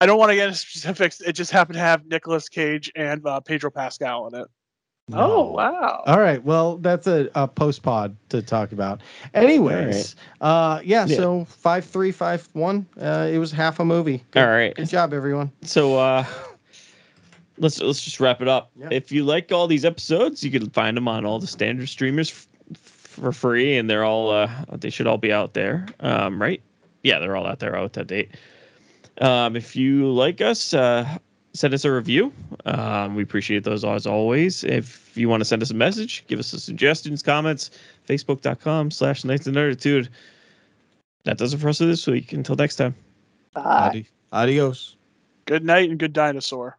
S9: I don't want to get into specifics. It just happened to have Nicolas Cage and uh, Pedro Pascal in it.
S8: Oh wow.
S7: All right. Well, that's a, a post pod to talk about. Anyways, uh, yeah,
S6: Yeah.
S7: So five three five one. Uh, it was half a movie. Good,
S6: All right.
S7: Good job, everyone.
S6: So uh let's let's just wrap it up.
S7: Yeah.
S6: If you like all these episodes, you can find them on all the standard streamers f- for free, and they're all uh they should all be out there, um, right? Yeah, they're all out there out to date. Um, if you like us, uh, send us a review. Um, we appreciate those as always. If you want to send us a message, give us some suggestions, comments, facebook.com slash nights and nerditude. That does it for us for this week. Until next time.
S8: Bye.
S7: Adios.
S9: Good night and good dinosaur.